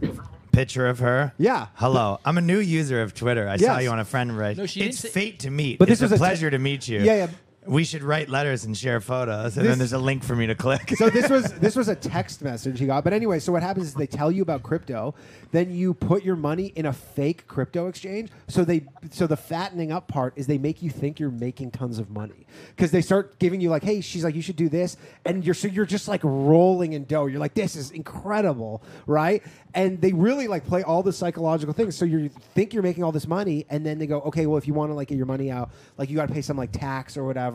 A: the
D: Picture of her.
A: Yeah.
D: Hello. I'm a new user of Twitter. I saw
A: Yes.
D: you on a friend right.
B: No, she
D: it's
B: didn't say-
D: fate to meet.
A: But
D: But
A: this
D: it's
A: was
D: a
A: a te-
D: pleasure to meet you.
A: Yeah, yeah.
D: We should write letters and share photos, and
A: This-
D: then there's a link for me to [LAUGHS] click.
A: so this was this was a text message he got. But anyway, so what happens is they tell you about crypto, then you put your money in a fake crypto exchange. So they so the fattening up part is they make you think you're making tons of money because they start giving you like, hey, she's like, you should do this, and you're so you're just like rolling in dough. You're like, this is incredible, right? And they really like play all the psychological things. So you think you're making all this money, and then they go, okay, well, if you want to like get your money out, like you got to pay some like tax or whatever.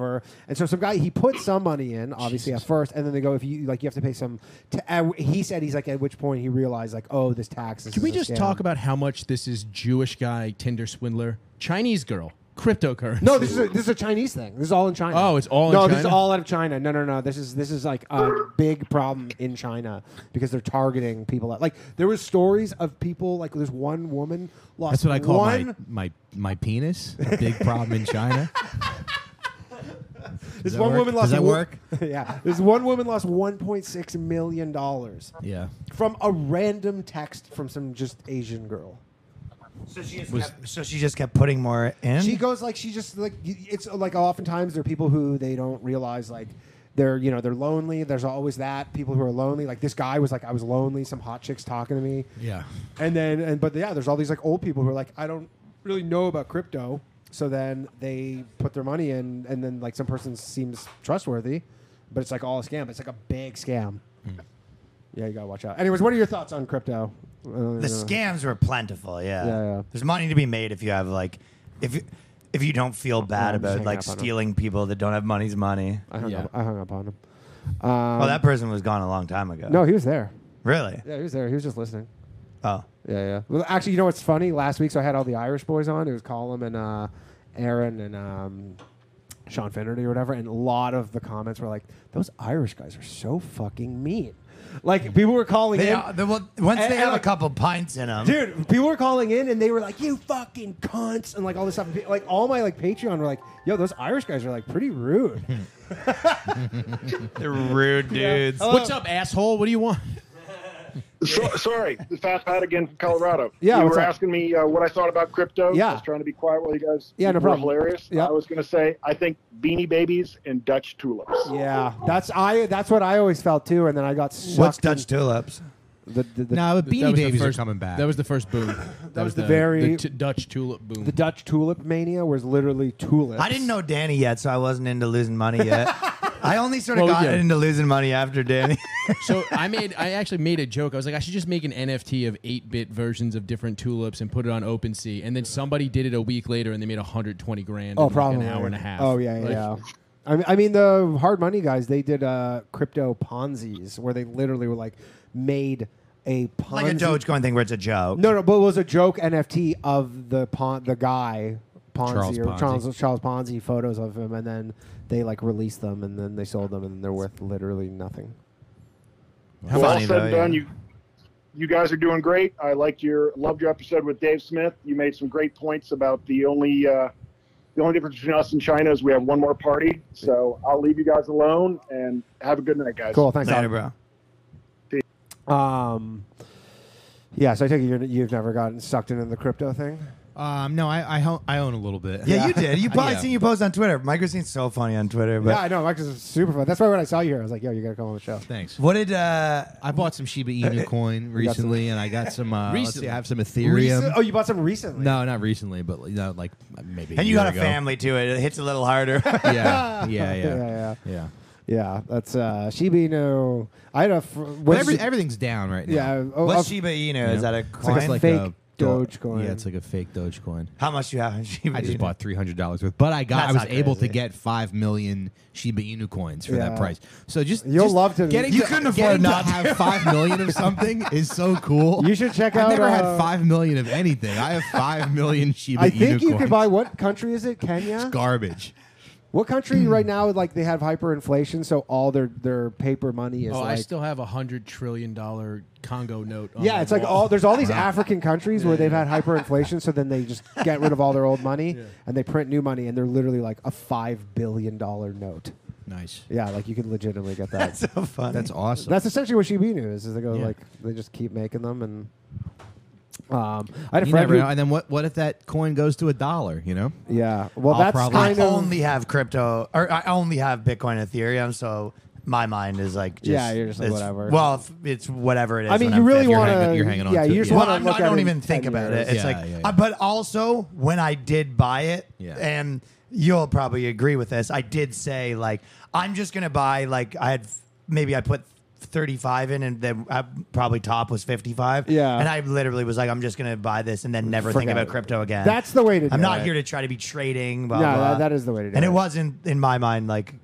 A: And so some guy he put some money in, obviously at first, and then they go, if you like, you have to pay some. ta uh, he said he's like, at which point he realized like, oh, this tax. This
B: Can
A: is
B: we
A: a
B: just
A: scam.
B: talk about how much this is Jewish guy Tinder swindler, Chinese girl, cryptocurrency.
A: No, this is a, this is a Chinese thing. This is all in China.
B: Oh, it's all in
A: no, this is
B: China?
A: all out of China. No, no, no. This is this is like a big problem in China because they're targeting people. That, like there was stories of people like this one woman lost.
E: That's what I call
A: one,
E: my, my my penis. A big problem in
A: [LAUGHS]
E: China.
A: This
E: that
A: one
E: work?
A: woman
E: Does
A: lost.
E: that
A: one-
E: work?
A: [LAUGHS] yeah, this one woman lost 1.6 million dollars
E: Yeah.
A: from a random text from some just Asian girl.
D: So she just kept, so she just kept putting more in.
A: She goes like she just like y- it's like oftentimes there are people who they don't realize like they're you know they're lonely. There's always that people who are lonely. Like this guy was like I was lonely. Some hot chicks talking to me, [LAUGHS]
E: Yeah.
A: and then and but yeah, there's all these like old people who are like I don't really know about crypto. So then they put their money in, and then like some person seems trustworthy, but it's like all a scam. It's like a big scam.
D: Hmm.
A: Yeah, you gotta watch out. Anyways, what are your thoughts on crypto? Uh, I don't
D: the
A: know.
D: scams were plentiful. Yeah.
A: Yeah, yeah.
D: There's money to be made if you have like, if you, if you don't feel bad
A: I'm just
D: about
A: hanging
D: like
A: up on 'em.
D: stealing people that don't have money's money.
A: I hung,
E: Yeah.
A: up, I hung up on him. Um,
D: oh, that person was gone a long time ago.
A: No, he was there.
D: Really?
A: Yeah, he was there. He was just listening.
D: Oh.
A: Yeah, yeah. Well, actually, you know what's funny? Last week, so I had all the Irish boys on. It was Colin and uh, Aaron and um, Sean Finnerty or whatever. And a lot of the comments were like, "Those Irish guys are so fucking mean." Like people were calling
D: They
A: in,
D: are, they, well, once
A: And-
D: they
A: and,
D: have
A: like-
D: a couple pints in them.
A: dude. People were calling in, and they were like, "You fucking cunts," and like all this stuff. Like all my like Patreon were like, "Yo, those Irish guys are like pretty rude."
D: [LAUGHS] Hmm. They're rude dudes.
B: What's up, asshole? What do you want?
H: [LAUGHS] So, sorry, this Fat Pat again from Colorado.
A: Yeah,
H: you
A: what's
H: were
A: up?
H: asking me uh, what I thought about crypto.
A: Yeah.
H: I was trying to be quiet while you guys.
A: Yeah, no
H: were
A: problem.
H: Hilarious.
A: Yeah.
H: I was going to say I think Beanie Babies and Dutch tulips.
A: yeah, that's I. That's what I always felt too. And then I got sucked
D: What's
A: in-
D: Dutch tulips?
A: The, the, the,
E: No, but
B: That was
E: Beanie
B: the
E: Babies
B: first-
E: are coming back.
B: That was the first
A: [LAUGHS]
B: boom. that,
A: was the very-
B: t- Dutch tulip boom.
A: the Dutch tulip mania was literally tulips.
D: I didn't know Danny yet, so I wasn't into losing money yet. I only sort of
B: Well, we
D: got
B: did.
D: into losing money after [LAUGHS] Danny.
B: so I made I actually made a joke. I was like, I should just make an NFT of eight bit versions of different tulips and put it on OpenSea. And then somebody did it a week later and they made 120 grand.
A: Oh,
B: in like
A: probably
B: an hour and a half.
A: Oh yeah,
B: Like,
A: yeah. I mean, I mean, the hard money guys they did uh, crypto Ponzi's where they literally were like made a Ponzi.
D: like a Dogecoin thing where it's a joke.
A: No, no, but it was a joke NFT of the pon- the guy Ponzi
E: Charles
A: or
E: Ponzi.
A: Charles Charles Ponzi photos of him, and then they like released them, and then they sold them, and they're worth literally nothing.
D: How
H: well, all
D: funny,
H: said
D: though,
H: and done,
D: yeah.
H: you you guys are doing great. I liked your loved your episode with Dave Smith. You made some great points about the only uh, the only difference between us and China is we have one more party. So I'll leave you guys alone and have a good night, guys.
A: Cool, thanks.
D: Later, bro.
A: Um, yeah, so I take it you're, you've never gotten sucked into the crypto thing.
E: um, no, I I, ho- I own a little bit. [LAUGHS]
D: Yeah, you did. You probably
E: Yeah.
D: seen you post on Twitter. Mike was seen so funny on Twitter. But
A: yeah, I know. Mike is super fun. That's why when I saw you here, I was like, "Yo, you gotta come on the show."
E: Thanks.
D: what did uh,
E: I bought some Shiba Inu
D: [LAUGHS]
A: [LAUGHS]
E: coin
A: got some-
E: recently, and I got some. Uh, Let's
B: Recently.
E: see, I have some
A: Recent-
E: Ethereum.
A: oh, you bought some recently.
E: No, not recently, but you know, like maybe.
D: and you
E: year
D: got a
E: ago.
D: family too. It hits a little harder.
E: [LAUGHS]
D: [LAUGHS]
E: Yeah, yeah, yeah,
A: yeah,
E: yeah.
A: yeah, yeah. That's uh, Shiba Inu. I had a fr-
E: But
A: what's-
E: every, everything's down right now.
A: yeah. Oh,
D: What's
A: oh,
D: Shiba Inu?
E: Yeah.
D: Is that a
E: It's
D: coin?
E: like, it's like
A: Fake
E: a
A: Dogecoin.
E: Yeah, it's like a fake Dogecoin.
D: How much you have in Shiba?
E: I just
D: Inu?
E: bought three hundred dollars worth, but I got
D: That's
E: I was
D: not
E: able to
D: crazy.
E: get five million Shiba Inu coins for
A: Yeah.
E: that price. So just
A: You'll
E: just
A: love to-
E: Getting
A: You
E: to,
D: couldn't
E: getting
D: afford
E: to
D: not to.
E: have five million of something is so cool.
A: You should check out,
E: I've never
A: uh,
E: had five million of anything. I have five million Shiba
A: I
E: Inu
A: think you
E: coins.
A: could buy. What country is it? Kenya.
E: It's garbage.
A: What
E: [CLEARS THROAT]
A: country right now? Like they have hyperinflation, so all their their paper money is
B: Oh, I
A: like.
B: still have a hundred trillion dollar Congo note. On
A: yeah,
B: my
A: it's like
B: wall.
A: all there's
B: [LAUGHS]
A: all these African countries where they've had hyperinflation, so then they just get rid of all their old money and they print new money, and they're literally like a five billion dollar note.
E: Nice.
A: Yeah, like you could legitimately get that.
D: [LAUGHS] That's so funny.
E: That's awesome.
A: That's essentially what Shiba Inu is. Is they go
E: Yeah.
A: like they just keep making them, and um, I had a
E: you
A: friend.
E: never
A: Who,
E: know. And then what? What if that coin goes to a dollar? You know.
A: yeah, well,
E: I'll
A: that's
E: probably-
D: I
A: kind of
D: only have crypto, or I only have Bitcoin and Ethereum. So my mind is like, just,
A: Yeah, you're just like,
D: it's-
A: whatever.
D: Well, if it's whatever it is.
A: I mean,
D: when
A: you
D: I'm
A: really
D: fifty or
A: want
E: hanging-
A: to.
E: you're hanging on
A: Yeah,
E: to
A: you
E: it,
A: just
E: yeah.
A: want
D: Well,
A: to
D: I'm
A: look
D: not-
A: at
D: I don't
A: it in
D: even think
A: 10
D: about
A: years.
D: it. It's
E: Yeah,
D: like,
E: yeah, yeah.
D: uh, but also when I did buy it,
E: Yeah.
D: and you'll probably agree with this, I did say like I'm just gonna buy like I had maybe I put. 35 in and then I probably top was 55
A: Yeah.
D: and I literally was like I'm just gonna buy this and then never think
A: Forget
D: about
A: it.
D: crypto again
A: That's the way to do
D: I'm not
A: it.
D: here to try to be trading blah
A: Yeah,
D: blah
A: that- that is the way to do
D: and
A: it.
D: it wasn't in my mind like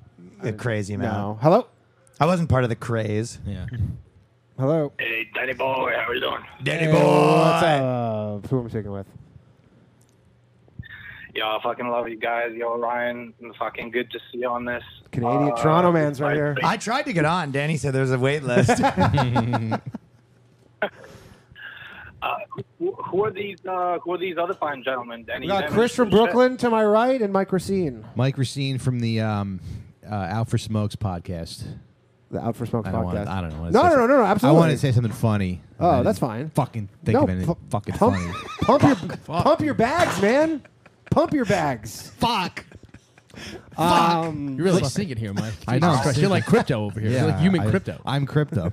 D: a crazy amount
A: No. Hello.
D: I wasn't part of the craze.
E: Yeah.
A: Hello.
I: Hey, Danny boy, how are you doing?
D: Danny
A: Hey, what's up? Who am I speaking with?
I: Y'all fucking love you guys. Yo, Ryan, fucking good to see you on this.
A: Canadian
I: Uh,
A: Toronto man's right
I: I-
A: here.
D: I tried to get on. Danny said there was a wait
A: [LAUGHS]
D: list.
I: Uh, Who, who are these? Uh, who are these other fine gentlemen?
A: We
I: Danny,
A: got
I: Dennis,
A: Chris from
I: shit.
A: Brooklyn to my right and Mike Racine,
E: Mike Racine from the um, uh, Out for Smokes podcast.
A: the Out for Smoke
E: I don't,
A: podcast.
E: want to, I don't know.
A: No, no, no, no, no,
E: I
A: absolutely.
E: wanted to say something funny.
A: Oh,
E: I didn't
A: that's fine.
E: Fucking think
A: No,
E: of anything
A: pu-
E: fucking
A: pump, [LAUGHS]
E: funny.
A: Pump your pump your bags, man. Pump your bags.
E: Fuck.
A: Um,
B: You're really singing here, Mike.
E: I know.
B: Jesus Christ, You're like crypto over here. You're like human
E: I-
B: crypto. [LAUGHS]
E: I'm crypto.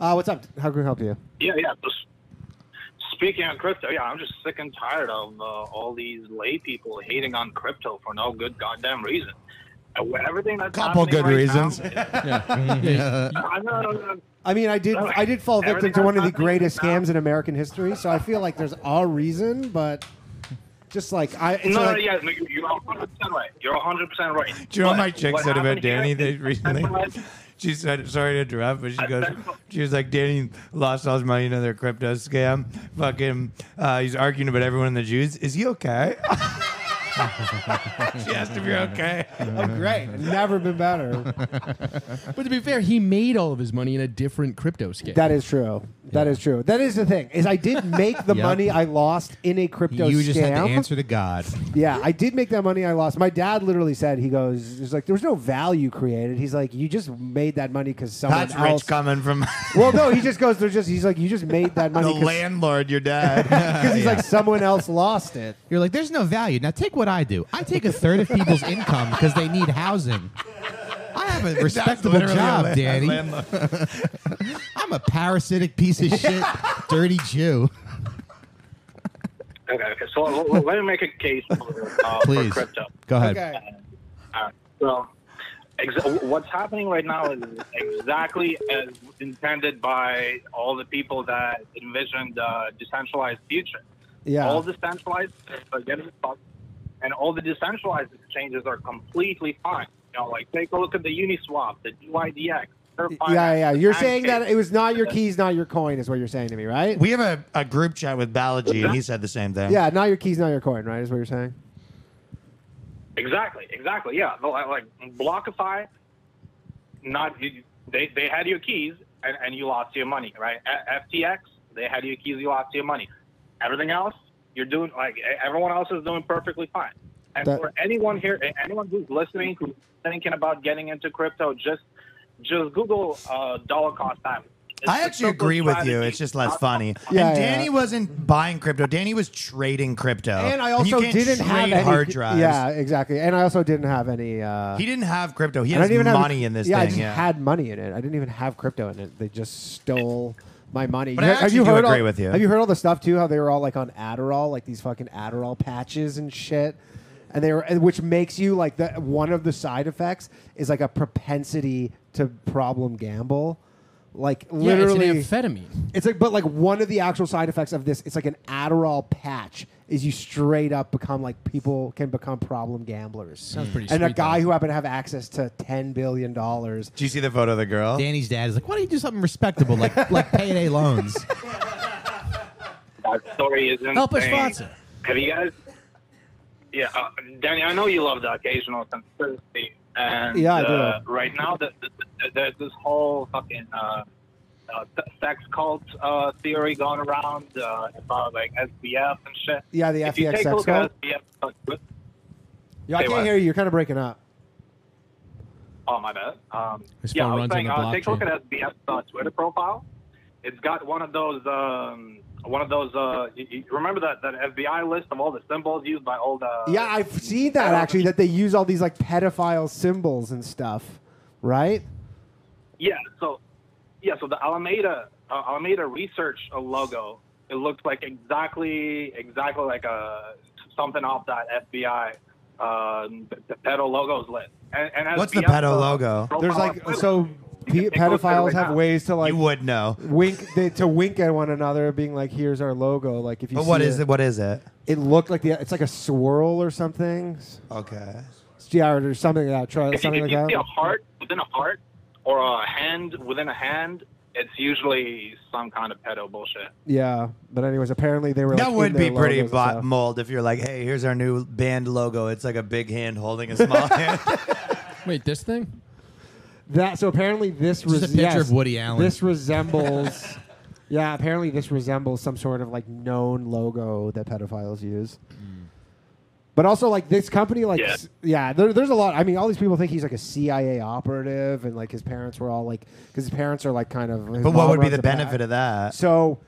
A: uh, what's up? How can we help you?
I: Yeah, yeah. just speaking of crypto, yeah, I'm just sick and tired of uh, all these lay people hating on crypto for no good goddamn reason. Uh, Everything that's
D: Couple
I: happening
D: good
I: right
D: reasons.
I: Now, I know, I know, I know.
A: I mean, I did
I: Alright.
A: I did fall victim to
I: Everything
A: one of the
I: happening
A: greatest
I: now.
A: scams in American history, so I feel like there's a reason, but just like I it's
I: no, no,
A: like,
I: yeah, no, you- you're 100% right. You're 100% right.
D: Do you know
I: But
D: what my chick
I: what
D: said about
I: happened here
D: Danny
I: is [LAUGHS]
D: that recently?
I: centralized-
D: She said, sorry to interrupt, but she
I: I-
D: goes,
I: that's-
D: she was like, Danny lost all his money in another crypto scam. Fucking, uh, he's arguing about everyone in the Jews. Is he
A: [LAUGHS]
D: okay? she asked if you're okay.
A: I'm great. Never been better.
B: [LAUGHS] But to be fair, he made all of his money in a different crypto scam.
A: That is true. That is true. That is the thing. Is
D: [LAUGHS]
A: I did make the
E: Yep.
A: money I lost in a crypto
E: you
A: scam.
E: just had to answer to
A: [LAUGHS]
E: God.
A: Yeah, I did make that money I lost. My dad literally said he goes, "There's like there was no value created." He's like, "You just made that money because someone
D: That's [LAUGHS]
A: else."
D: rich coming from
A: well, no, he just goes, "There's just he's like, you just made that
D: the
A: money because
D: landlord, your dad.
E: [LAUGHS]
D: [LAUGHS]
A: he's like [LAUGHS] someone else lost it."
E: You're like, there's no value. Now take what I do. I take a third of people's income because they need housing. I have a respectable
D: Literally a
E: job,
D: land-
E: Danny.
D: landlord.
E: [LAUGHS] I'm a parasitic piece of shit, dirty Jew.
I: Okay, okay. So l- l- let me make a case for,
D: [LAUGHS]
I: uh, for
E: Please.
I: crypto. Uh,
E: Go ahead.
A: Okay.
I: All right. So, exa- what's happening right now is exactly as intended by all the people that envisioned uh, decentralized future.
A: Yeah.
I: All decentralized are getting fucked, and all the decentralized exchanges are completely fine. You know, like take a look at the Uniswap, the DYDX. Surf Finance,
A: yeah, yeah. You're saying
I: Pancake.
A: that it was not
I: [LAUGHS]
A: your keys, not your coin, is what you're saying to me, right?
D: we have a, a group chat with Balaji, and he said the same thing.
A: yeah, not your keys, not your coin, right? Is what you're saying.
I: Exactly, exactly. Yeah, No, I- like Blockify, not you- they they had your keys and, and you lost your money, right? F- FTX, they had your keys, you lost your money. Everything else, you're doing like e- everyone else is doing perfectly fine. And
A: That-
I: for anyone here, anyone who's listening, who's thinking about getting into crypto, just just Google uh, dollar cost average. It's
D: I
I: a
D: actually
I: simple
D: agree with you.
I: strategy. Uh,
D: It's just less funny.
A: Yeah,
D: and
A: yeah.
D: Danny wasn't buying crypto. Danny was trading crypto.
A: And I
D: you
A: also
D: can't
A: didn't
D: trade
A: have any
D: hard drives.
A: Yeah, exactly. And I also didn't have any. Uh,
D: He didn't have crypto. He
A: I
D: has
A: didn't even have-
D: money in this
A: yeah, I
D: thing.
A: just
D: Yeah.
A: had money in it. I didn't even have crypto in it. They just stole my money.
D: But I
A: You- have
D: actually
A: you
D: do
A: heard
D: agree
A: all,
D: with you.
A: Have you heard all the stuff too? How they were all like on Adderall, like these fucking Adderall patches and shit. And they were, and which makes you like the one of the side effects is like a propensity to problem gamble. Like
B: Yeah,
A: literally,
B: it's an amphetamine.
A: It's like, but like one of the actual side effects of this, it's like an Adderall patch. Is you straight up become like people can become problem gamblers.
I: Mm.
B: Sounds pretty
A: And a
B: sweet,
A: guy
B: though.
A: who happened to have access to ten billion dollars.
D: Do you see the photo of the girl?
E: Danny's dad is like, why don't you do something respectable
D: [LAUGHS]
E: like like payday loans?
I: That story is insane.
B: Help us, Fonzie.
I: Have you guys? Yeah, uh, Danny, I know you love the occasional conspiracy, and
A: Yeah, I do.
I: uh, right now the, the, the, there's this whole fucking uh, uh, se- sex cult uh, theory going around uh, about like SBF and shit.
A: Yeah, the
I: if you
A: FTX
I: take a
A: sex
I: look
A: cult.
I: at SBF, uh,
A: Yeah, I
I: Say
A: can't
I: what?
A: hear you. You're kind of breaking up.
I: Oh my bad. Um,
B: His
I: yeah,
B: phone
I: I was
B: runs on
I: saying,
B: the
I: uh, take a look
B: blockchain.
I: at SBF's uh, Twitter profile. It's got one of those, um, one of those. Uh, you, you remember that that FBI list of all the symbols used by uh, all the.
A: Yeah, I've seen that actually. That they use all these like pedophile symbols and stuff, right?
I: Yeah. So, yeah. So the Alameda uh, Alameda Research uh, logo, it looks like exactly exactly like a something off that FBI um, the, the pedo logos list. And, and as
D: What's the
I: FBI
D: pedo
I: uh,
D: logo?
I: profile
A: There's like
I: on
A: so pe-
I: You can take a look at it
A: pedophiles
I: right
A: have
I: now.
A: ways to like
D: you would know.
A: wink they, to wink at one another, being like, "Here's our logo." Like if you
D: But
A: see
D: what is
A: it,
D: it? What is it?
A: it looked like the it's like a swirl or something,
D: Okay.
A: yeah, or something like that. Try
I: If you,
A: something
I: if
A: like
I: you see a
A: that.
I: heart within a heart or a hand within a hand it's usually some kind of pedo bullshit.
A: Yeah, but anyways, apparently they were.
D: That
A: like,
D: would
A: in
D: be
A: their
D: pretty
A: logos and
D: bo-
A: stuff.
D: mold if you're like, hey, here's our new band logo. It's like a big hand holding a small
A: [LAUGHS]
D: hand.
B: Wait, this thing?
A: That so apparently this
E: It's
A: res-
E: just a picture
A: yes,
E: of Woody Allen.
A: This resembles. [LAUGHS] yeah, apparently this resembles some sort of like known logo that pedophiles use. But also like this company, like
I: Yeah.
A: s- yeah, there, there's a lot. I mean, all these people think he's like a CIA operative, and like his parents were all like because his parents are like kind of. his
D: but
A: mom
D: what would be
A: runs
D: the
A: a ba-
D: benefit of that?
A: So,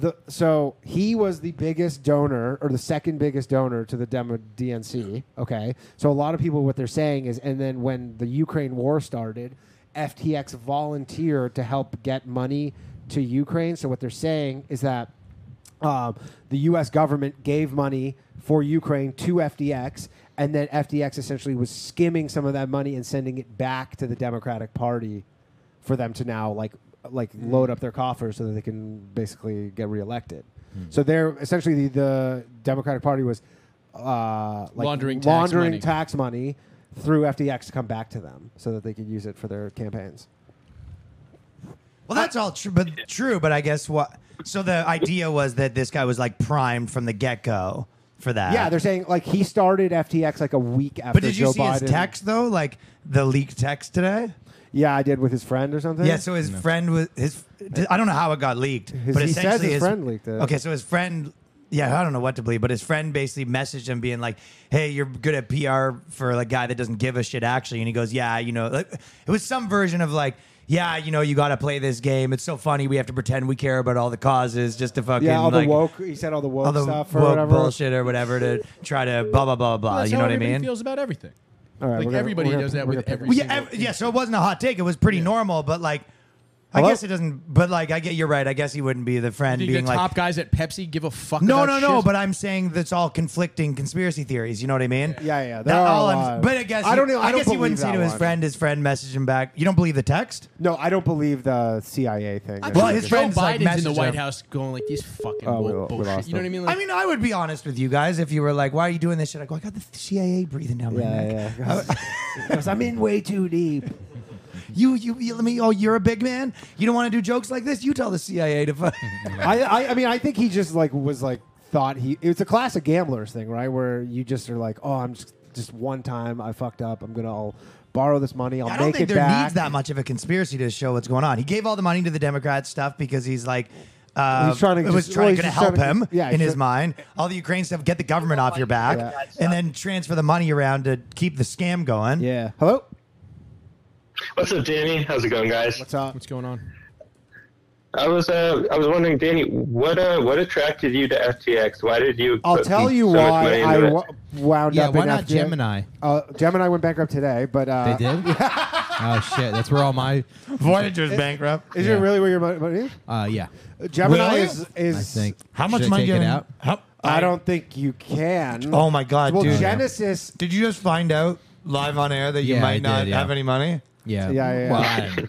A: the so he was the biggest donor or the second biggest donor to the demo DNC. Okay, so a lot of people what they're saying is, and then when the Ukraine war started, FTX volunteered to help get money to Ukraine. So what they're saying is that. Um, the U.S. government gave money for Ukraine to FDX, and then FDX essentially was skimming some of that money and sending it back to the Democratic Party for them to now like like
D: Mm.
A: load up their coffers so that they can basically get reelected.
D: Hmm.
A: So they're essentially the, the Democratic Party was uh, like
B: Laundering tax
A: laundering
B: money.
A: tax money through FDX to come back to them so that they could use it for their campaigns.
D: Well, that's all true, but true. But I guess what? So the idea was that this guy was like primed from the get go for that.
A: Yeah, they're saying like he started FTX like a week after.
D: Ah. But did you
A: Joe
D: see
A: Biden.
D: his text though? Like the leaked text today?
A: Yeah, I did with his friend or something.
D: Yeah. So his friend was his. I don't know how it got leaked, but
A: he says
D: essentially
A: his friend leaked it.
D: Okay, so his friend. Yeah, I don't know what to believe, but his friend basically messaged him being like, "Hey, you're good at PR for a guy that doesn't give a shit, actually." And he goes, "Yeah, you know, like, it was some version of like." Yeah, you know, you got to play this game. It's so funny. We have to pretend we care about all the causes just to fucking
A: yeah, all
D: like,
A: the woke. He said all the woke
D: all the
A: stuff or
D: woke
A: whatever.
D: bullshit or whatever to try to blah blah blah blah.
B: That's
D: Uh, you know
B: how
D: what I
B: everybody
D: mean?
B: Feels about everything.
A: All right,
B: like
A: we're gonna-
B: everybody
A: we're gonna-
B: does that
A: we're
B: with
A: gonna pick
B: every.
D: Well, yeah,
B: single-
D: ev- yeah. So it wasn't a hot take. It was pretty normal, but like, I
A: Hello?
D: guess it doesn't. But like, I get you're right. I guess he wouldn't be the friend
B: Do you
D: being
B: the
D: like,
B: top guys at Pepsi give a fuck?
D: no, no,
B: about
D: no.
B: shit?
D: But I'm saying that's all conflicting conspiracy theories. You know what I mean?
A: Yeah, yeah, there
D: That
A: are a
D: all I'm-
A: lot.
D: but I guess
A: I don't know- I don't
D: guess he wouldn't
A: believe
D: say to
A: that
D: his
A: one.
D: friend. His friend messaged him back. You don't believe the text?
A: No, I don't believe the CIA thing.
B: I
D: Well,
A: I
B: think
A: think
D: his
A: it's-
B: Joe
D: friends,
B: Biden's
D: like,
B: in the
D: messaged
B: White
D: him.
B: House going like these fucking
A: Oh, we-
B: woke
A: we
B: bullshit.
A: lost
B: You know what I
A: him.
B: mean?
D: I
B: Like,
D: mean, I would be honest with you guys if you were like, "Why are you doing this shit?" I go, "I got the CIA breathing down my neck."
A: yeah,
D: [LAUGHS]
A: yeah. 'Cause I'm in way too deep.
D: You, you, you, let me. Oh, you're a big man. You don't want to do jokes like this. You tell the CIA to. Fuck.
A: [LAUGHS] I, I, I mean, I think he just like was like thought he. It's a classic gamblers thing, right? Where you just are like, oh, I'm just just one time I fucked up. I'm gonna all borrow this money. I'll
D: I don't
A: make
D: think
A: it
D: there
A: back.
D: needs that much of a conspiracy to show what's going on. He gave all the money to the Democrats stuff because he's like, uh,
A: He's trying to
D: it was
A: just-
D: trying,
A: well, he's
D: to
A: just
D: help
A: trying to-
D: him
A: yeah,
D: in
A: he's
D: his
A: tr-
D: mind. All the Ukraine stuff, get the government off your back,
A: Yeah.
D: and then transfer the money around to keep the scam going.
A: Yeah. Hello.
J: What's up, Danny? How's it going, guys?
A: What's up?
B: what's going on?
J: I was uh, I was wondering, Danny, what uh, what attracted you to FTX? Why did you?
A: I'll
J: put
A: tell you
J: so much
A: why
J: money
A: I
J: into it?
A: w- wound
E: yeah,
A: up.
E: why
A: in
E: not
A: FDIC.
E: Gemini?
A: Uh, Gemini went bankrupt today, but uh,
E: They
A: [LAUGHS]
E: did? oh shit! That's where all my
D: Voyager's bankrupt.
A: Is
E: Yeah.
A: it really where your mon- money? is?
E: uh, yeah.
A: Uh, Gemini
D: Really?
A: is is.
E: I think.
D: How much
E: Should I
D: money
E: take
D: you
E: it out?
D: How,
A: I don't think you can.
D: Oh my god,
A: Well,
D: dude!
A: Genesis.
D: Did you just find out live on air that you
E: Yeah,
D: might
E: I did,
D: not
E: yeah.
D: have any money?
E: Yeah.
A: Yeah, yeah, yeah.
E: Well, I-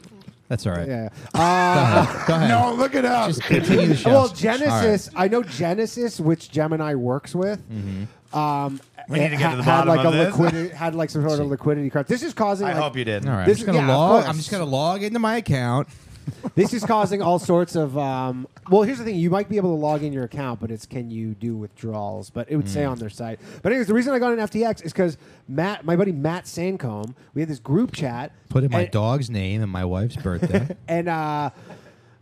E: that's all right.
A: Yeah.
E: Go
A: Uh,
E: ahead. Go ahead.
D: look it up.
E: Just continue the show.
A: well,
E: All right.
A: Genesis. I know Genesis, which Gemini works with.
E: Mm-hmm.
A: Um,
D: We need to
A: it
D: get to the
A: had
D: bottom
A: like
D: of
A: a
D: this.
A: liquidity, had like
E: [LAUGHS]
A: some sort of liquidity crunch. This is causing.
D: I
A: like-
D: hope you did.
E: All right.
A: This-
E: I'm just gonna
A: yeah, of
E: log.
A: course.
E: I'm just gonna log into my account.
A: [LAUGHS] This is causing all sorts of. Um, well, here's the thing: you might be able to log in your account, but it's can you do withdrawals? But it would
E: Mm.
A: say on their site. But anyways, the reason I got an FTX is because Matt, my buddy Matt Sancombe, we had this group chat.
E: Put in my
A: and-
E: dog's name and my wife's
A: [LAUGHS]
E: birthday.
A: and uh,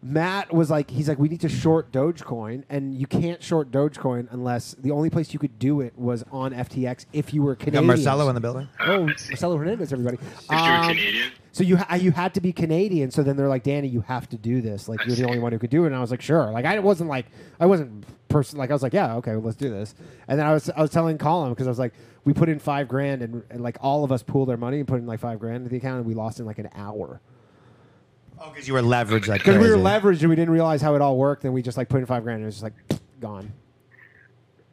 A: Matt was like, he's like, we need to short Dogecoin, and you can't short Dogecoin unless the only place you could do it was on FTX if you were
D: We got
A: Canadian.
D: Marcelo in the building.
A: oh, Marcelo Hernandez, everybody.
J: If you're
A: Um,
J: Canadian,
A: So you ha- you had to be Canadian. So then they're like, Danny, you have to do this. Like you're the only one who could do it. And I was like, sure. Like I wasn't like I wasn't person. Like I was like, yeah, okay, well, let's do this. And then I was I was telling Colin because I was like, we put in five grand and, and like all of us pooled our money and put in like five grand into the account and we lost in like an hour.
D: Oh, because you were leveraged
A: [LAUGHS]
D: like
A: Because we were
D: crazy.
A: leveraged and we didn't realize how it all worked, and we just like put in five grand and it was just like [LAUGHS] gone.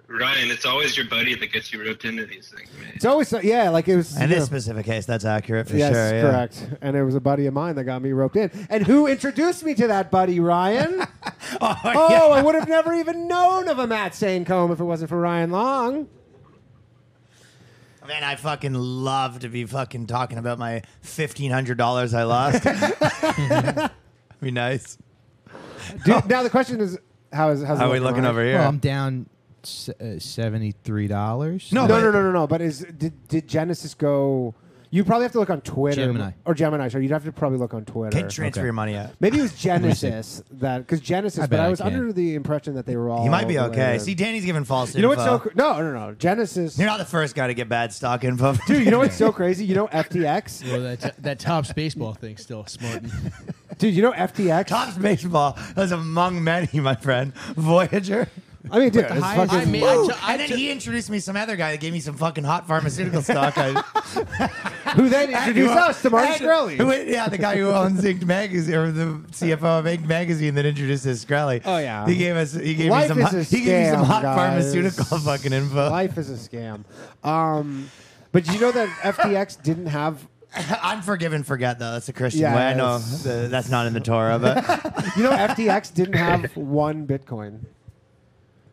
J: Ryan, it's always your buddy that gets you roped into these things, man.
A: It's always so- yeah, like it was.
D: In
A: you
D: this
A: know,
D: specific case, that's accurate for
A: yes,
D: sure. Yeah.
A: correct. And it was a buddy of mine that got me roped in. And who introduced me to that buddy, Ryan?
D: [LAUGHS] Oh, yeah.
A: oh, I would have never even known of a Matt Sainecombe if it wasn't for Ryan Long.
D: man, I fucking love to be fucking talking about my fifteen hundred dollars I lost. be nice.
A: Dude, now the question is, how is how's it
D: How Oh. are we looking
A: looking, Ryan?
D: over here?
E: Well, I'm down se- uh, $73.
D: No,
A: No,
D: but-
A: no, no, no, no. But is did, did Genesis go? You probably have to look on Twitter
E: Gemini.
A: or Gemini. So you'd have to probably look on Twitter.
D: Can't transfer
E: Okay.
D: your money out.
A: Maybe
D: [LAUGHS]
A: it was Genesis that because Genesis.
E: I
A: but
E: bet
A: I
E: I
A: was
E: can.
A: under the impression that they were all.
D: You might be
A: related.
D: okay. See, Danny's giving false
A: you know what's
D: info.
A: so cr- no, no, no. Genesis.
D: You're not the first guy to get bad stock info.
A: Dude, you know what's
D: [LAUGHS]
A: so crazy? You know FTX.
B: Well, that that top baseball thing still smarting.
A: [LAUGHS] Dude, you know FTX.
D: Tops baseball was among many, my friend. Voyager.
A: I mean, dude,
E: the
A: it's
E: highest-
A: fucking-
E: I mean,
D: Woo!
B: I t- I
D: and then
B: t-
D: he introduced me some other guy that gave me some fucking hot pharmaceutical stock. I,
A: [LAUGHS]
D: [LAUGHS]
A: who then introduced us to Martin
D: and-
A: Shkreli.
D: who- yeah, the guy who owns Inc. Magazine or the CFO of Inc. Magazine that introduced us Shkreli.
A: Oh, yeah.
D: he gave us [LAUGHS] he gave
A: Life
D: me some
A: is
D: hot,
A: a
D: he gave me some
A: scam,
D: hot
A: guys. [LAUGHS]
D: pharmaceutical [LAUGHS] fucking info.
A: Life is a scam. Um, but
D: [LAUGHS]
A: you know that FTX didn't have.
D: I'm forgive and forget though. That's a Christian
A: Yeah,
D: way. I
A: yeah,
D: know
A: that's-
D: the, that's not in the Torah, but
A: You know FTX
D: [LAUGHS]
A: didn't have one Bitcoin.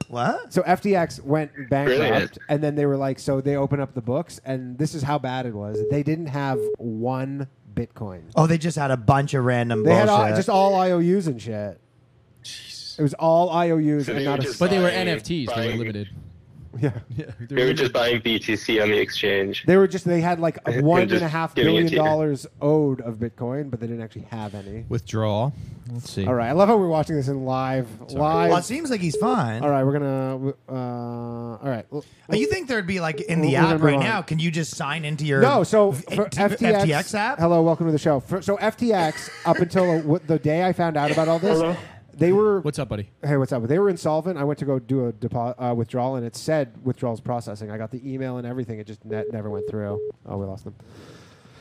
D: what?
A: So FTX went bankrupt,
K: Brilliant.
A: and then they were like, so they open up the books, and this is how bad it was. They didn't have one [LAUGHS] Bitcoin.
D: Oh, they just had a bunch of random
A: They had
D: bullshit.
A: all, just all IOUs and shit. It was all IOUs
L: So
A: and
L: they
A: not
L: were
A: a.
L: just-
B: But they were
L: Buying-
B: NFTs. They were
L: buying-
B: limited.
A: Yeah.
B: [LAUGHS]
L: They were just buying BTC on the exchange.
A: They were just. They had like
L: They were
A: one and
L: just
A: a half
L: giving it
A: billion
L: to you.
A: dollars owed of Bitcoin, but they didn't actually have any.
E: Withdrawal. Let's see.
A: All right, I love how we're watching this in live. Live.
D: well, it seems like he's fine.
A: all right, we're gonna. Uh, all right. L-
D: Oh, You think there'd be like in the
A: We're gonna
D: app right
A: move on.
D: now? Can you just sign into your
A: No, so
D: F-
A: for
D: T-
A: FTX,
D: FTX app?
A: Hello, welcome to the show. For, so FTX, up until w- the day I found out about all this,
M: Hello.
A: they were
B: What's up, buddy?
A: hey, what's up? They were insolvent. I went to go do a depo- uh, withdrawal, and it said withdrawals processing. I got the email and everything. It just ne- never went through. Oh, we lost them.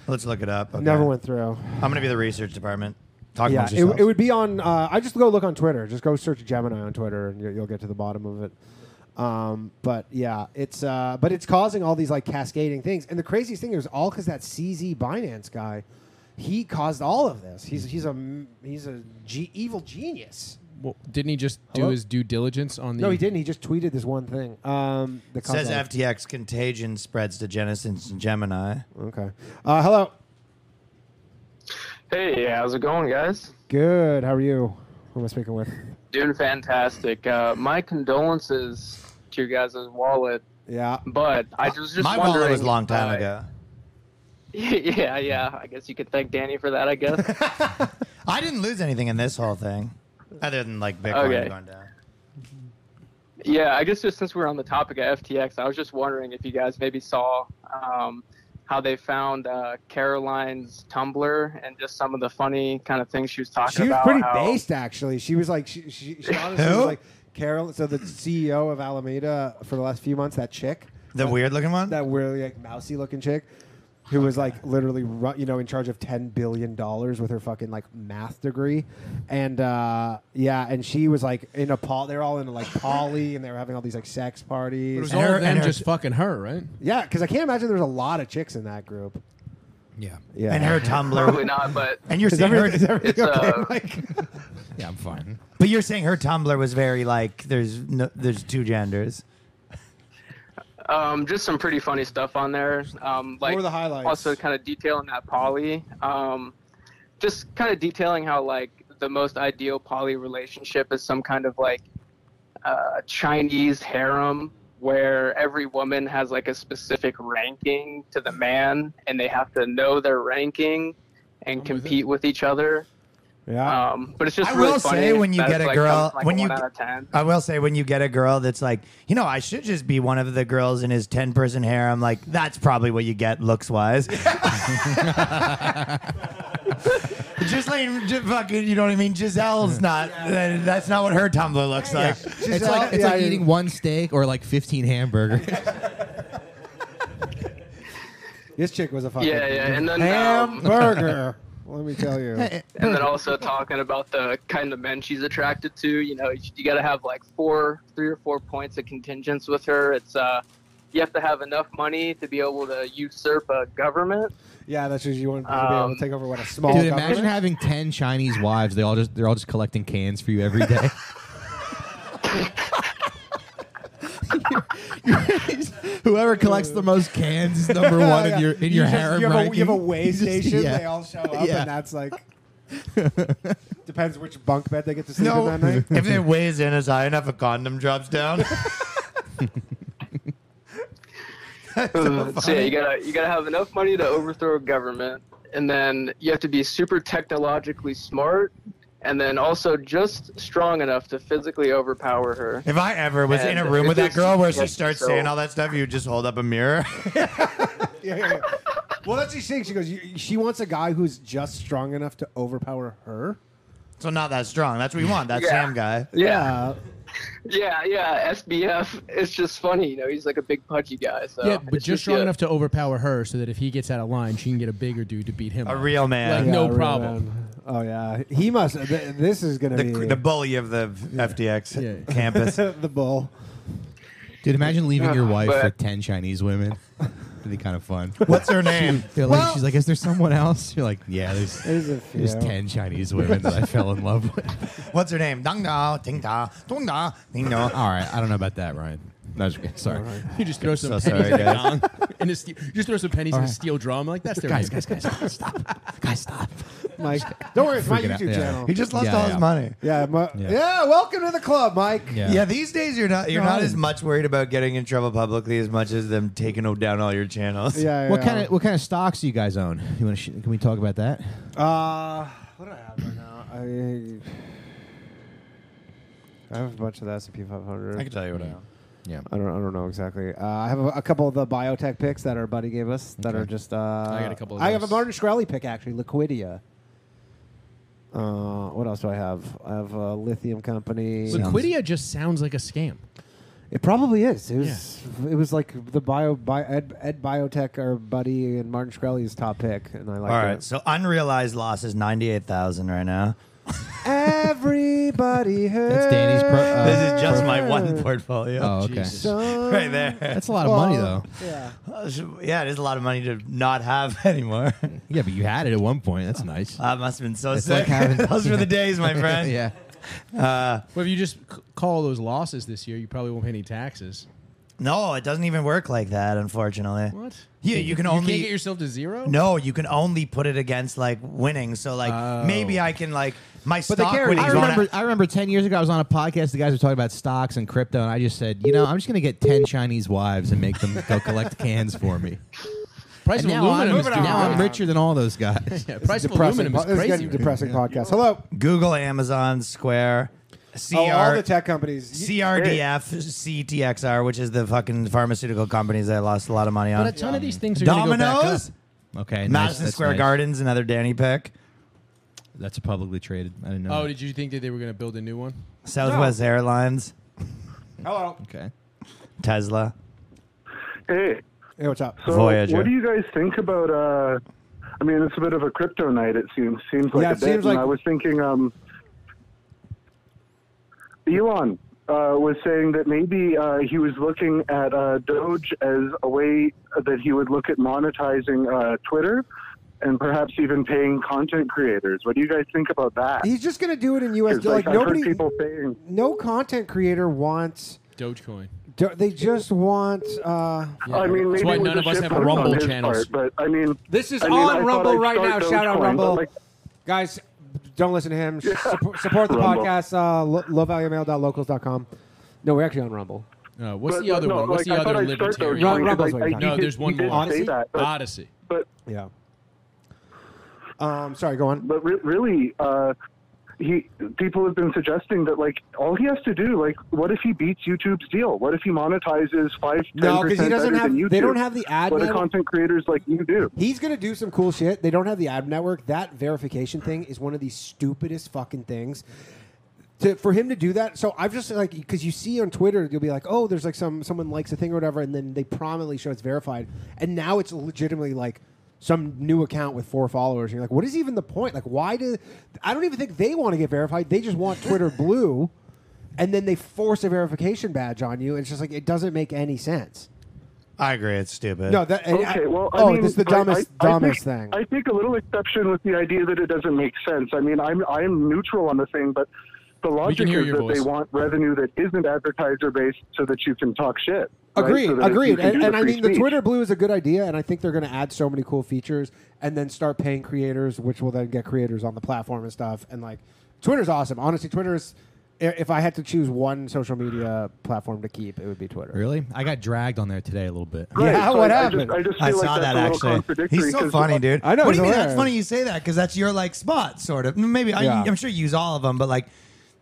D: Let's look it up. Okay.
A: Never went through.
D: I'm gonna be the research department. Talk
A: yeah,
D: amongst
A: it,
D: yourselves.
A: it would be on. Uh, I just go look on Twitter. Just go search Gemini on Twitter, and you, you'll get to the bottom of it. Um, but yeah, it's uh, but it's causing all these like cascading things. And the craziest thing is all because that CZ Binance guy, he caused all of this. He's he's a m- he's a ge- evil genius.
B: Well, didn't he just do
A: Hello?
B: his due diligence on the?
A: No, he didn't. He just tweeted this one thing. Um, that caused
D: Says
A: all of-
D: FTX contagion spreads to Genesis and Gemini.
A: Okay. Uh, hello.
L: Hey, how's it going, guys?
A: Good. How are you? Who am I speaking with?
N: Doing fantastic. Uh, my condolences to your guys' wallet,
A: Yeah.
N: but I was just
D: My
N: wondering.
D: wallet was a long time
N: uh,
D: ago.
N: [LAUGHS] Yeah, yeah. I guess you could thank Danny for that. I guess.
D: I didn't lose anything in this whole thing, other than like [LAUGHS] Bitcoin
N: Okay.
D: going down.
N: yeah, I guess just since we're on the topic of FTX, I was just wondering if you guys maybe saw um, how they found uh, Caroline's Tumblr and just some of the funny kind of things she was talking
A: She was
N: about.
A: pretty
N: how-
A: based, actually. She was like, she, she, she honestly
D: Who?
A: was like, Carol. So the CEO of Alameda for the last few months, that chick,
D: The weird looking one.
A: that really like mousy looking chick, who was like literally, ru- you know, in charge of ten billion dollars with her fucking like math degree, and uh, yeah, and she was like in a poly. They were all in like poly, and they were having all these like sex
B: It was
A: parties.
D: And
B: all
D: her-
B: of them
D: and her-
B: just fucking her, right?
A: Yeah, because I can't imagine there's a lot of chicks in that group.
E: Yeah.
A: Yeah,
D: And her
N: Probably
D: Tumblr.
N: not,
A: [LAUGHS]
N: but
D: and you're
A: Is
D: saying her,
A: everything, is everything
N: It's,
A: okay, [LAUGHS]
N: uh,
A: Mike?
E: Yeah, I'm fine.
D: but you're saying her Tumblr was very like there's no, there's two genders.
N: Um, just some pretty funny stuff on there. Um, like
A: were the highlights?
N: Also, kind of detailing that poly. Um, just kind of detailing how like the most ideal poly relationship is some kind of like uh, Chinese harem where every woman has like a specific ranking to the man, and they have to know their ranking and compete with each other.
A: Yeah.
N: Um, but it's just
D: I
N: really
D: will
N: funny
D: say when you
N: that
D: get
N: it's,
D: a
N: like,
D: girl-
N: like
D: when
N: a one
D: you get-
N: out of ten.
D: I will say when you get a girl that's like, you know, I should just be one of the girls in his ten person harem. Like that's probably what you get
N: [LAUGHS]
D: looks wise. [LAUGHS] just like just fucking, you know what I mean? Giselle's not. that- That's not what her Tumblr looks like.
E: It's like, it's
A: yeah,
E: like
A: yeah.
E: eating one steak or like 15 hamburgers.
A: this chick was a
N: [LAUGHS]
A: fucking
N: Yeah, yeah, and then um, [LAUGHS]
A: hamburger. Let me tell you.
N: and
B: [LAUGHS]
N: then also talking about the kind of men she's attracted to. You know, you got to have like four, three or four points of contingents with her. It's uh, you have to have enough money to be able to usurp a government.
A: Yeah, that's just you want to be able
N: Um,
A: to take over what a small.
E: Dude,
A: government-
E: imagine having 10 Chinese wives. They all just they're all just collecting cans for you every
A: [LAUGHS]
E: day. [LAUGHS] Whoever collects the most
A: [LAUGHS]
E: cans is number one in your in
A: You
E: your
A: just-
E: harem
A: you have, a, you
E: ranking.
A: have a way
E: You [LAUGHS] just-
A: station.
E: yeah.
A: They all show up,
E: Yeah. [LAUGHS]
A: and that's like Depends which bunk bed they get to sleep
D: No,
A: in that night.
D: [LAUGHS]
E: [LAUGHS]
D: if it weighs in as high enough, a condom
N: [LAUGHS]
D: drops down. [LAUGHS]
N: Uh, so yeah, you gotta you gotta have enough money to overthrow a government, and then you have to be super technologically smart, and then also just strong enough to physically overpower her. [LAUGHS]
D: If I ever was in a
N: And
D: room
N: it
D: with that
N: is-
D: girl where she
N: yes,
D: starts
N: so-
D: saying all that stuff, you just hold up a mirror. [LAUGHS]
A: yeah, yeah, yeah. Well, that's what she's saying. She goes, "You- she wants a guy who's just strong enough to overpower her.
D: So not that strong. That's what we want. That
N: Yeah.
D: Sam guy.
E: Uh,
A: Yeah.
N: Yeah, yeah, SBF. It's just funny, you know. He's like a big pudgy guy. So
B: yeah, but
N: it's
B: just, strong
N: yeah.
B: enough to overpower her, so that if he gets out of line, she can get a bigger dude to beat him.
D: A
B: up.
D: real Oh, man.
B: like
D: Yeah,
B: no [LAUGHS]
A: really,
B: problem.
A: man. Oh yeah, he must. Th- this is gonna
D: The,
A: be
D: the bully of the FTX
B: Yeah.
D: campus.
A: [LAUGHS] the bull.
E: Dude, imagine leaving your wife
N: but-
E: for ten Chinese women. [LAUGHS] That'd be kind of fun.
D: What's her name?
E: They're like, she's like, is there someone else? You're like, yeah, there's
A: There's a few.
E: there's ten Chinese women that I fell in love with.
D: [LAUGHS] What's her name? Dong da, ting da, dong da,
E: [LAUGHS]
D: ding
E: All
D: da.
E: right, I don't know about that, Ryan. No, just kidding. sorry.
B: You just throw some [LAUGHS]
E: So
B: pennies
E: sorry,
B: in a
E: guys. [LAUGHS]
B: gong, in a steel, you just throw some pennies in a steel drum. Like that's their
E: guys,
B: name.
E: guys, guys, guys, stop, guys, stop.
A: Mike, don't worry, it's my
E: Freaking out,
A: YouTube
E: yeah.
A: channel.
D: He just lost
E: Yeah,
D: all
E: yeah.
D: his money.
A: Yeah, my, yeah.
E: Yeah.
A: Welcome to the club, Mike.
E: Yeah.
D: [LAUGHS] Yeah. these days you're not you're not as much worried about getting in trouble publicly as much as them taking down all your channels. [LAUGHS]
A: Yeah.
E: What
A: yeah.
E: kind of what kind of stocks do you guys own? You want to? Sh- can we talk about that?
A: Uh, what do I have right now? I, I have a bunch of the S and P 500.
D: I can tell you what I know.
E: Yeah.
A: I don't, I don't know exactly. Uh, I have a, a couple of the biotech picks that our buddy gave us that
E: Okay.
A: are just. Uh,
B: I got a couple of
A: I have a
B: those.
A: Martin Shkreli pick actually, Liquidia. Uh, what else do I have? I have a lithium company.
E: Sounds-
B: Liquidia just sounds like a scam.
A: It probably is. It was. It was like the bio, bio Ed, Ed Biotech, our buddy, and Martin Shkreli's top pick, and I like
D: all
A: that.
D: right. So unrealized loss is ninety eight thousand right now.
A: Everybody hurts.
E: Danny's pro- uh,
D: [LAUGHS] This is just my
A: [LAUGHS]
D: one portfolio.
E: Oh, okay.
D: [LAUGHS] Right there.
E: That's a lot of money, though.
A: Yeah.
D: Yeah, it is a lot of money to not have [LAUGHS] anymore.
E: Yeah, but you had it at one point. That's nice.
D: I must have been so
E: It's
D: sick.
E: like having-
D: [LAUGHS] Those were the days,
E: [LAUGHS]
A: [LAUGHS]
D: my friend. Uh,
E: yeah.
B: Well, if you just c- call those losses this year, you probably won't pay any taxes.
D: No, it doesn't even work like that, unfortunately.
B: What?
D: Yeah, you can
B: You
D: only
B: can't get yourself to zero.
D: No, you can only put it against like winning. So like
B: Oh.
D: maybe I can like my
A: they
D: stock
A: carry-
D: winnings.
E: I
D: won't
E: remember,
D: have-
E: I remember 10 years ago, I was on a podcast. The guys were talking about stocks and crypto, and I just said, you know, I'm just going to get 10 Chinese wives and make them go collect cans for me.
B: price
E: And
B: of
E: now I'm,
B: aluminum is
E: now I'm
B: doing great.
E: richer than all those guys.
B: Yeah, price of
A: Depressing.
B: aluminum
A: Po-
B: is
A: this is
B: crazy.
A: getting
B: [LAUGHS]
A: depressing podcast. Hello.
D: [LAUGHS] Google, Amazon, Square, CR,
A: Oh, all the tech companies.
D: CRDF, CTXR, which is the fucking pharmaceutical companies that I lost a lot of money
B: But a
D: on.
B: ton of these things are going to go back up.
D: Domino's,
E: Okay. nice,
D: Madison
E: that's
D: Square
E: nice.
D: Gardens, another Danny pick.
E: That's publicly traded. I didn't know.
B: Oh,
E: that.
B: did you think that they were going to build a new one?
D: Southwest Airlines,
A: Hello.
E: okay.
D: Tesla.
J: Hey,
A: Hey, what's up?
J: so
D: Voyager.
J: what do you guys think about? Uh, I mean, it's a bit of a crypto night. It seems seems like
A: Yeah,
J: a
A: it
J: bit.
A: seems like-
J: and I was thinking, um, Elon uh, was saying that maybe uh, he was looking at uh, Doge as a way that he would look at monetizing uh, Twitter. And perhaps even paying content creators. What do you guys think about that?
A: He's just gonna do it in U.S.
J: 'Cause,
A: Like,
J: I've
A: nobody,
J: heard people saying
A: no content creator wants.
B: Dogecoin.
A: do- They just want. Uh,
J: I mean,
B: That's
J: maybe
B: why
J: it was
B: none
J: a
B: of us
J: shit
B: have
J: post
B: Rumble
J: on his
B: channels.
J: Part, but I mean,
A: This is
J: I mean,
A: on
J: I thought
A: Rumble
J: I'd
A: right
J: start
A: now. Shout out
J: Dogecoin,
A: Rumble.
J: but, like,
A: guys, don't listen to him. Support, support the
J: Rumble.
A: podcast. Uh, lo- lowvaluemail.locals.com. No, we're actually on Rumble.
B: Uh, what's
J: But-
B: the
J: but
B: other
J: no,
B: one? What's
J: like, I
B: the
J: thought
B: other
J: I'd start
B: libertarian?
J: Dogecoin,
A: No,
J: because
A: Rumble's
J: I-
A: what you're
J: I-
A: talking
J: he
B: no,
J: did-
B: there's
J: he
B: one
J: did
B: more.
J: say that, but-
B: Odyssey.
J: But
A: Yeah. Um, sorry, go on.
J: but re- really, uh, he people have been suggesting that like all he has to do, like, what if he beats YouTube's deal? What if he monetizes five, ten
A: No, because he
J: percent
A: doesn't
J: better
A: have.
J: than YouTube?
A: They don't have the ad.
J: what do
A: network.
J: content creators like you do?
A: He's gonna do some cool shit. They don't have the ad network. That verification thing is one of the stupidest fucking things. To, for him to do that, so I've just like because you see on Twitter, you'll be like, oh, there's like some someone likes a thing or whatever, and then they prominently show it's verified, and now it's legitimately like some new account with four followers. And you're like, what is even the point? Like, why do I don't even think they want to get verified? They just want Twitter blue, and then they force a verification badge on you. It's just like it doesn't make any sense.
D: I agree, it's stupid.
A: No, that and I-
J: Okay, well, I
A: oh,
J: mean,
A: this is the
J: I-
A: dumbest,
J: I, I
A: dumbest
J: take,
A: thing.
J: I take a little exception with the idea that it doesn't make sense. I mean, I'm I'm neutral on the thing, but the logic
B: hear
J: is
B: your
J: that
B: voice.
J: they want revenue that isn't advertiser based, so that you can talk shit. right?
A: Agreed,
J: So that you can
A: agreed.
J: do
A: And,
J: the
A: and I
J: free
A: mean, the
J: speech.
A: Twitter Blue is a good idea, and I think they're going to add so many cool features and then start paying creators, which will then get creators on the platform and stuff. And like, Twitter's awesome. Honestly, Twitter's, i- if I had to choose one social media platform to keep, it would be Twitter.
E: Really? I got dragged on there today a little bit.
J: Right,
A: Yeah,
J: so
A: what
J: I-
A: happened?
J: I, just, I just
D: I
J: feel like
D: saw
J: that's
D: that
J: a little
D: actually.
J: contradictory
D: He's so
J: 'cause-
D: funny, dude.
A: I know,
D: What do
A: he's
D: you mean?
A: hilarious.
D: That's funny you say that because that's your like spot, sort of. Maybe
A: Yeah.
D: I, I'm sure you use all of them, but like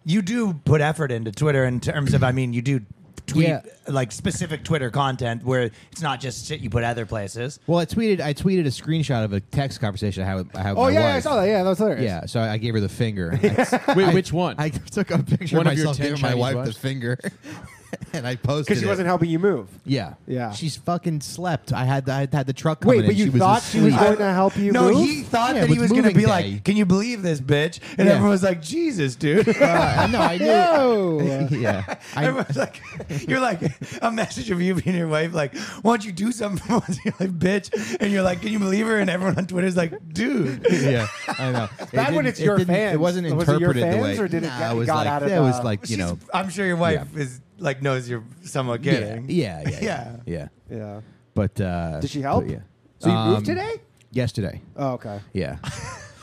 D: you do put effort into Twitter in terms of. I mean, you do tweet
E: Yeah.
D: like specific Twitter content where it's not just shit you put other places.
E: Well, I tweeted I tweeted a screenshot of a text conversation I had with, I had with
A: Oh
E: my
A: yeah, yeah, I
E: wife.
A: saw that. Yeah, that was hilarious.
E: Yeah, so I gave her the finger. I,
B: Wait, which one?
E: I [LAUGHS] took a picture
B: One
E: of
B: of your
E: myself
B: 10
E: giving my
B: Chinese
E: wife
B: wives?
E: the finger, [LAUGHS] and I posted
A: because she
E: it.
A: wasn't helping you move.
E: Yeah,
A: Yeah.
E: She's fucking slept. I had I had the truck coming
A: Wait, but
E: in.
A: you
E: she
A: thought
E: was
A: she was
E: asleep.
A: going to help you
D: No,
A: move?
D: he thought
E: Yeah,
D: that he
E: with
D: was going to
E: moving
D: be
E: day.
A: [LAUGHS]
D: like, "Can you believe this, bitch?" And
E: Yeah.
D: everyone was like, "Jesus, dude."
E: Uh, no,
D: [LAUGHS]
E: I
A: No.
E: knew. yeah, I,
D: Everyone's like, you're like a message of you being your wife, like, why don't you do something for once? [LAUGHS] You're like, bitch. And you're like, can you believe her? And everyone on Twitter's like, dude.
E: yeah, [LAUGHS] I know. It
A: bad when
E: didn't-
A: it's your
E: it didn't-
A: fans.
E: It wasn't
A: Was it your
E: interpreted the way.
A: fans or did it
E: Nah,
A: get-
E: was
A: got
E: like,
A: out of
E: That was
A: the-
E: like
A: [LAUGHS]
E: you
D: She's-
E: know.
D: I'm sure your wife is like, knows you're somewhat
E: Yeah,
D: getting.
E: yeah, yeah, yeah, [LAUGHS] yeah.
A: Yeah.
E: But uh,
A: Did she help?
E: but yeah.
A: So you moved
E: Um,
A: today?
E: Yesterday.
A: Oh, okay.
E: Yeah.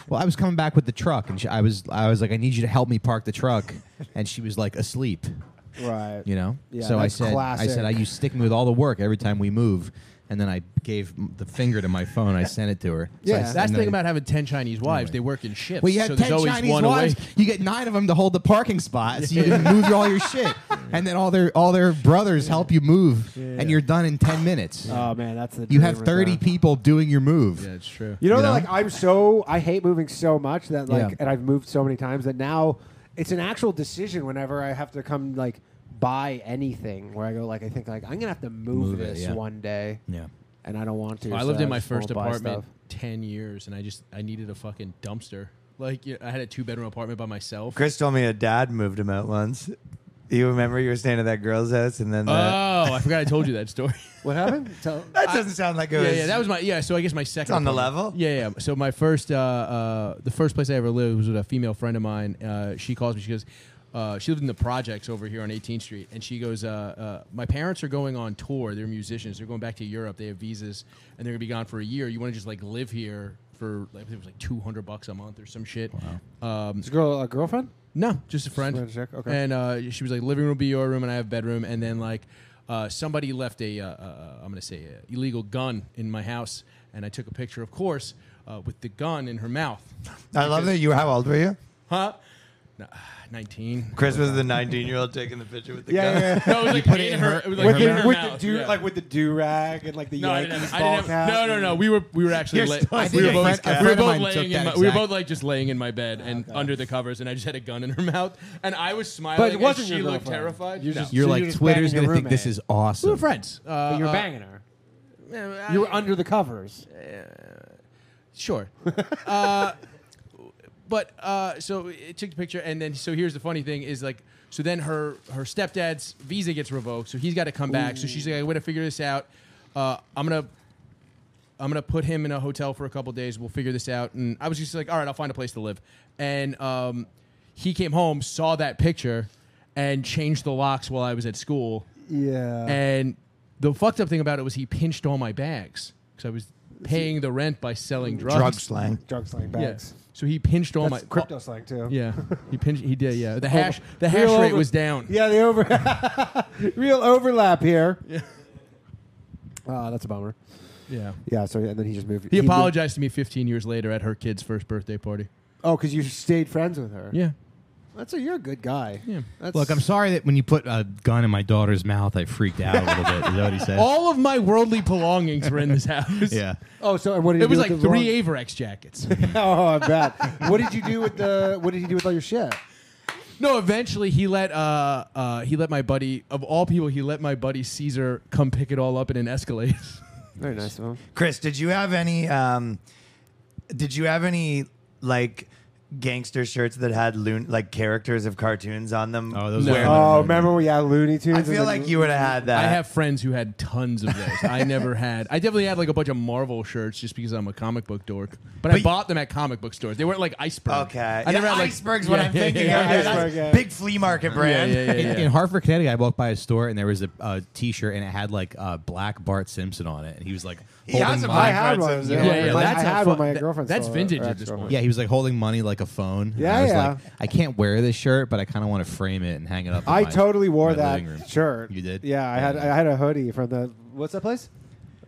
E: well, I was coming back with the truck, and she, I was I was like, I need you to help me park the truck, and she was like asleep.
A: Right.
E: You know.
A: Yeah,
E: so I
A: that's
E: said, I said,
A: classic.
E: I you stick me with all the work every time we move, and then I gave m- the finger to my phone. I sent it to her. So I
A: Yeah.
E: s-
B: That's
E: and
B: the
E: then
B: thing
E: I-
B: about having ten Chinese wives. They work in shifts.
E: Well, you have
B: so there's
E: ten
B: always
E: Chinese
B: one
E: wives.
B: away.
E: You get nine of them to hold the parking spot, so you can move your- all your
A: [LAUGHS]
E: shit, and then all their all their brothers help you move, and you're done in ten minutes.
A: Oh man, that's the.
E: you have
A: dream right
E: thirty
A: there.
E: people doing your move.
B: Yeah, it's true.
A: You know,
E: You
A: that,
E: know?
A: like I'm so I hate moving so much that like,
E: Yeah.
A: and I've moved so many times that now it's an actual decision whenever I have to come like buy anything where I go like I think like I'm gonna have to move,
E: Move it,
A: this
E: yeah.
A: one day,
E: Yeah.
A: and I don't want to.
B: I
A: so
B: lived in my
A: just
B: first
A: won't buy
B: apartment
A: stuff.
B: ten years, and I just I needed a fucking dumpster. Like you know, I had a two bedroom apartment by myself.
D: Chris told me a dad moved him out once. You remember you were staying at that girl's house and then
B: Oh,
D: that.
B: I forgot I told you that story. [LAUGHS]
A: What happened? Tell,
D: that doesn't sound like it
B: yeah,
D: was.
B: yeah, that was my yeah. So I guess my second
D: on the
B: apartment-
D: level?
B: Yeah, yeah. So my first, uh, uh, the first place I ever lived was with a female friend of mine. Uh, she calls me. She goes, uh, she lived in the projects over here on 18th Street, and she goes, uh, uh, my parents are going on tour. They're musicians. They're going back to Europe. They have visas, and they're gonna be gone for a year. You want to just like live here for like I think it was like 200 bucks a month or some shit. Um,
A: this girl a girlfriend?
B: no, just a friend.
A: wanted to check, okay.
B: And uh, she was like, "Living room will be your room, and I have bedroom." And then like, uh, somebody left a, uh, uh, I'm gonna say, a illegal gun in my house, and I took a picture, of course, uh, with the gun in her mouth.
D: I love that you were. How old were you?
B: Huh? No, Nineteen.
D: Chris was the 19 year old taking the picture with the
A: Yeah,
D: gun.
A: yeah,
B: [LAUGHS]
A: yeah.
B: No, it was like put in her. It was like
A: with
B: in
A: the,
B: her
A: with the
B: mouth.
A: do
B: yeah.
A: like with the do rag and like the
B: No, I didn't
A: Yankees
B: have, I
A: ball
B: didn't have,
A: cap.
B: no, no, no. We were we were actually
D: You're
B: la-
D: still- I
B: we
D: think
B: were
D: a
B: both,
D: friend- a
B: we were
E: friend of
B: both
E: mine took
B: laying in
E: that
B: my, we were
E: exact-
B: both like just laying in my bed and under the covers, and I just had a gun in her mouth, and I was smiling.
A: But it wasn't
B: and
A: your
B: she looked
A: girlfriend.
B: terrified.
A: You
B: No.
A: just-
E: You're
A: So
E: like
A: you're just
E: Twitter's
A: banging
E: gonna
A: your
E: think this
A: roommate.
E: is awesome.
B: we were friends. Uh,
A: But you were
B: uh,
A: banging her.
B: uh,
A: You were under the covers.
B: Sure. [LAUGHS] uh, but uh, so it took the picture, and then so here's the funny thing is like so then her her stepdad's visa gets revoked, so he's got to come back. So she's like, I'm gonna figure this out. Uh, I'm gonna. I'm gonna put him in a hotel for a couple days. We'll figure this out. And I was just like, all right, I'll find a place to live. And um, he came home, saw that picture, and changed the locks while I was at school.
A: Yeah.
B: And the fucked up thing about it was he pinched all my bags because I was paying the rent by selling drugs.
D: Drug slang.
A: Drug slang
B: Yeah.
A: bags.
B: So he pinched all
A: That's
B: my
A: crypto slang too. [LAUGHS]
B: Yeah, he pinched. He did. Yeah, the hash. The hash
A: Real
B: rate
A: over-
B: was down.
A: Yeah, the over [LAUGHS] real overlap here. Yeah. that's a bummer.
B: yeah.
A: Yeah, so and then he just moved.
B: He
A: moved-
B: apologized to me 15 years later at her kid's first birthday party.
A: Oh, because you stayed friends with her.
B: Yeah.
A: That's a you're a good guy.
B: Yeah.
A: That's,
E: Look, I'm sorry that when you put a gun in my daughter's mouth, I freaked out a little bit. Is that what he
A: [LAUGHS]
E: said?
B: All of my worldly belongings were in this house.
E: yeah.
A: Oh, so and what did you
B: It was
A: do
B: like
A: with the
B: three Averex
A: [LAUGHS]
B: jackets.
A: wrong- [LAUGHS] Oh, I bet. what did you do with the what did you do with all your shit?
B: no, eventually he let uh, uh, he let my buddy of all people he let my buddy Caesar come pick it all up in an Escalade. [LAUGHS]
A: Very nice of him.
D: Chris, did you have any? Um, did you have any like gangster shirts that had loon like characters of cartoons on them.
E: Oh, those
D: where-
E: are-
A: Oh, remember we had Looney Tunes?
D: I
A: and
D: feel
A: then-
D: like you would have had that.
B: I have friends who had tons of those. I never had. I definitely had like a bunch of Marvel shirts just because I'm a comic book dork. But, I
D: But-
B: bought them at comic book stores. They weren't like iceberg.
D: Okay,
B: I
D: Yeah,
B: never had like
D: icebergs. What
B: Yeah,
D: I'm
B: yeah,
D: thinking
B: yeah,
D: of
B: yeah.
D: That's
A: Iceberg, yeah.
D: big flea market
B: Yeah,
D: brand.
B: yeah, yeah,
E: in,
B: yeah.
D: [LAUGHS]
E: in Hartford, Connecticut, I walked by a store and there was a, a T-shirt and it had like uh, black Bart Simpson on it, and he was like
D: He
E: holding
D: has a
E: money.
A: I had
D: Friends
A: one.
D: of-
A: Yeah,
B: Yeah, yeah,
A: My- I
B: that's how
A: had one.
B: fu-
A: My
B: that-
A: girlfriend's.
B: that's
A: still-
B: vintage
A: or
B: at this
A: ex-girlfriend.
B: point.
E: Yeah, he was like holding money like a phone. and
A: Yeah,
E: I was
A: yeah.
E: Like, I can't wear this shirt, but I kind of want to frame it and hang it up. in
A: I
E: my-
A: totally wore
E: my
A: that
E: living room.
A: shirt.
E: You did?
A: Yeah, I had I had a hoodie from the what's that place?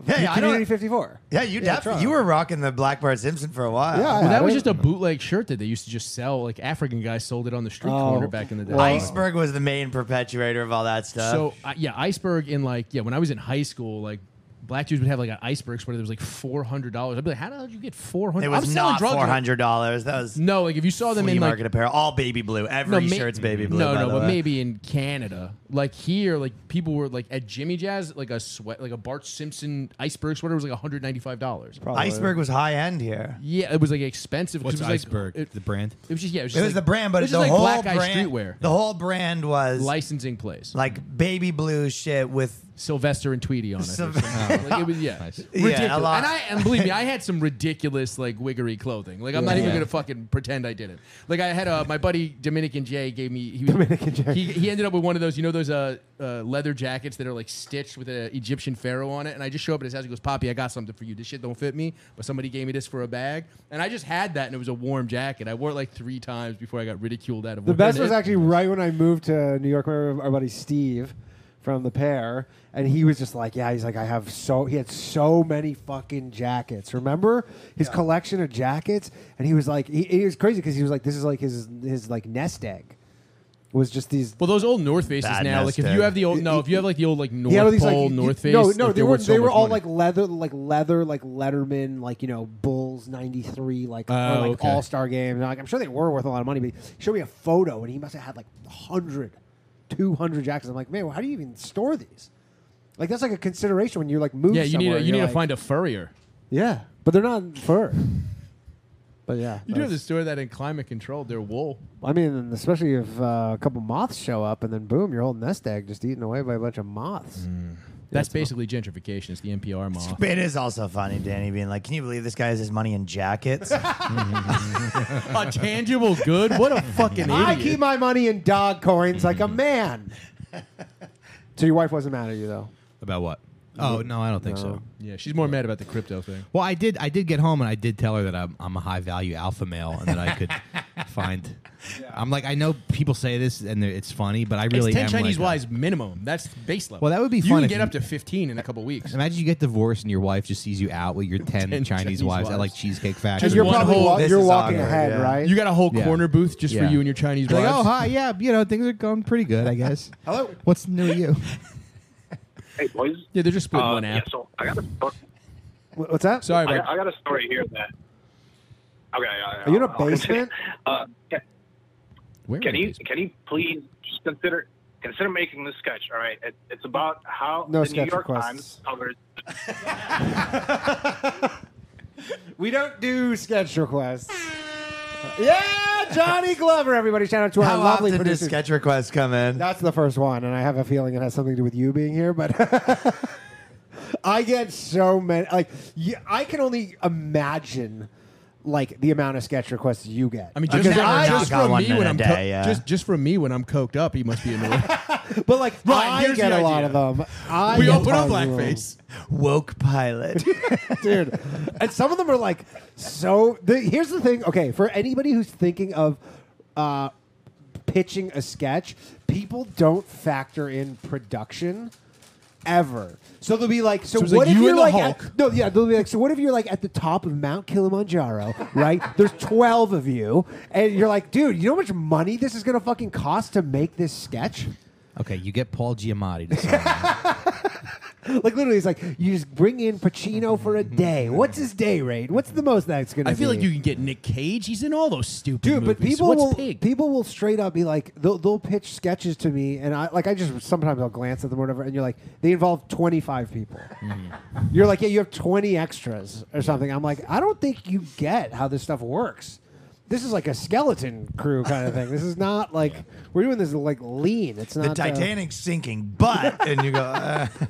D: Hey, I
A: Community
D: don't.
A: fifty four.
D: Yeah, you
A: Toronto.
D: definitely. You were rocking the Black Bart Simpson for a while.
A: Yeah, I
B: Well,
A: had
B: that was
A: it.
B: just a bootleg shirt that they used to just sell. Like African guys sold it on the street
A: Oh.
B: corner back in the day.
A: Well,
D: Iceberg was the main perpetuator of all that stuff.
B: So I yeah, iceberg in like yeah. When I was in high school, like black dudes would have like an iceberg sweater that was like four hundred dollars. I'd be like, how the hell did you get four hundred?
D: it
B: I'm
D: was
B: selling
D: not
B: drugs.
D: four hundred dollars. That was
B: No, like if you saw them
D: flea
B: in like
D: market apparel. All baby blue. Every
B: ma- Mm-hmm.
D: shirt's baby blue.
B: No,
D: by
B: no,
D: the
B: but
D: way.
B: maybe in Canada, like here, like people were like at Jimmy Jazz, like a sweat, like a Bart Simpson iceberg sweater was like one hundred ninety five dollars.
D: Iceberg was high end here.
B: Yeah, it was like expensive. 'cause
E: What's
B: it was, like,
E: iceberg?
B: it,
E: the brand.
B: it was just yeah, it was,
D: It
B: just,
D: was
B: like-
D: the brand, but
B: it was
D: the
B: just,
D: whole
B: like black guy
D: brand,
B: streetwear
D: the whole brand was
B: licensing place, like
D: like baby blue shit with
B: Sylvester and Tweety on it. or
D: Syl- [LAUGHS]
B: something. [LAUGHS] like, it was, yeah.
E: Nice.
D: Yeah, a
B: Ridiculous.
D: lot.
B: And I and believe me, I had some ridiculous like wiggery clothing. Like I'm not even gonna fucking pretend I didn't. Like I had uh, my buddy Dominican Jay gave me he, Dominican Jay. He, he ended up with one of those you know those uh, uh, leather jackets that are like stitched with an Egyptian pharaoh on it. And I just show up at his house. He goes, Poppy, I got something for you. This shit don't fit me, but somebody gave me this for a bag, and I just had that, and it was a warm jacket. I wore it like three times before I got ridiculed out of
A: The
B: wearing
A: best
B: it.
A: was actually right when I moved to New York. Remember our buddy Steve from the pair, and he was just like, "Yeah, he's like, I have so he had so many fucking jackets. Remember his collection of jackets?" And he was like, he, he was crazy because he was like, "This is like his his like nest egg." Was just these
B: Well, those old North Faces
D: Bad
B: now, like if
D: nest
B: you
D: egg.
B: have the old no, if you have like the old like North
A: He had all these
B: Pole
A: like y-
B: North Face,
A: No, no,
B: like,
A: they
B: they're
A: were
B: worth so
A: they were
B: much
A: all
B: money.
A: like leather, like leather, like Letterman, like you know Bulls '93, like or,
B: Oh,
A: like
B: okay.
A: All Star games. Like, I'm sure they were worth a lot of money. But he showed me a photo, and he must have had like 100, 200 jackets. I'm like, man, well, how do you even store these? Like that's like a consideration when you like move.
B: yeah, you need
A: somewhere,
B: to, you
A: you're
B: need to
A: like-
B: find a furrier.
A: Yeah, but they're not fur. But yeah,
B: You do have
A: that's-
B: to store that in climate control. They're wool.
A: I mean, especially if uh, a couple moths show up, and then boom, your whole nest egg just eaten away by a bunch of moths.
B: Mm. That's basically gentrification. It's the NPR moth.
D: It is also funny, Danny being like, "Can you believe this guy has his money in jackets?"
B: [LAUGHS] a tangible Oh, good? What a fucking idiot.
A: I keep my money in dog coins like a man. so your wife wasn't mad at you though.
E: About what? Oh no, I don't think so.
B: yeah, she's more mad about the crypto thing.
E: Well, I did. I did get home and I did tell her that I'm, I'm a high value alpha male and
B: [LAUGHS]
E: that I could find. I'm like I know people say this and they're- it's funny, but I really
B: it's 10
E: am
B: Chinese
E: like a-
B: Y's minimum. That's base level.
E: Well, that would be
B: you
E: fun
B: can
E: if
B: get
E: you-
B: up to 15 in a couple weeks.
E: Imagine you get divorced and your wife just sees you out
A: [LAUGHS]
E: with your 10,
B: 10
E: Chinese,
B: Chinese
E: wives,
B: wives.
E: at like Cheesecake Factory.
A: And you're
B: one
A: probably
B: whole-
A: wa-
D: this
A: you're
D: is
A: walking
D: awkward,
A: ahead,
D: yeah.
A: right?
B: You got a whole
E: Yeah.
B: corner booth just for
E: Yeah.
B: you and your Chinese
E: You're
B: wives.
E: like, oh, hi, yeah, you know, things are going pretty good,
B: [LAUGHS]
E: I guess.
A: Hello?
E: What's new to you?
I: Hey boys.
B: Yeah, they're just splitting
I: Uh,
B: one
I: yeah,
B: app.
I: so I got a story.
A: Wh- What's that?
B: Sorry,
I: I,
B: but
I: I got a story here that. Okay. I,
A: Are you in a
I: I'll- I'll-
A: basement?
I: [LAUGHS] uh, can,
B: where
I: can
B: are
I: you
B: these?
I: can you please just consider consider making this sketch? All right. It, it's about how
A: No
I: the New
A: sketch
I: York
A: requests.
I: Times covers
A: We don't do sketch requests. yeah, Johnny [LAUGHS] Glover, everybody. Shout out to our
D: How often
A: lovely
D: do
A: producer.
D: sketch requests come in?
A: That's the first one, and I have a feeling it has something to do with you being here, but [LAUGHS] I get so many. Like, y I I can only imagine like the amount of sketch requests you get.
B: I mean,
D: I've
B: just,
D: never
B: I-
D: not
B: just
D: got
B: from
D: one
B: me
D: in
B: when
D: a
B: I'm co-
D: day, yeah.
B: just just from me when I'm coked up, he must be annoyed.
A: but like,
B: Ryan,
A: I
B: here's
A: get
B: the
A: a lot
B: idea.
A: of them. I
B: we
A: get
B: all put on
A: tons of them.
B: blackface.
D: Woke pilot.
A: dude. And some of them are like so. The, here's the thing. Okay, for anybody who's thinking of uh, pitching a sketch, people don't factor in production ever. So they'll be like, so,
B: So it's
A: what
B: like
A: if
B: you
A: you're
B: and the
A: like,
B: Hulk.
A: at- no, yeah, they'll be like, so what if you're like at the top of Mount Kilimanjaro, right? [LAUGHS] There's twelve of you, and you're like, dude, you know how much money this is gonna fucking cost to make this sketch?
E: Okay, you get Paul Giamatti to sign.
A: [LAUGHS] Like literally, it's like you just bring in Pacino for a day. What's his day rate? What's the most that's gonna?
B: I feel
A: be?
B: like you can get Nick Cage. He's in all those stupid
A: Dude,
B: movies.
A: but people
B: What's
A: will
B: pig?
A: people will straight up be like they'll they'll pitch sketches to me and I like I just sometimes I'll glance at them or whatever and you're like they involve 25 people. You're like yeah you have 20 extras or something. I'm like I don't think you get how this stuff works. Th- this is like a skeleton crew kind of thing. This is not like we're doing this like lean. It's not
D: The
A: uh,
D: Titanic's sinking, but and you go. [LAUGHS] Uh,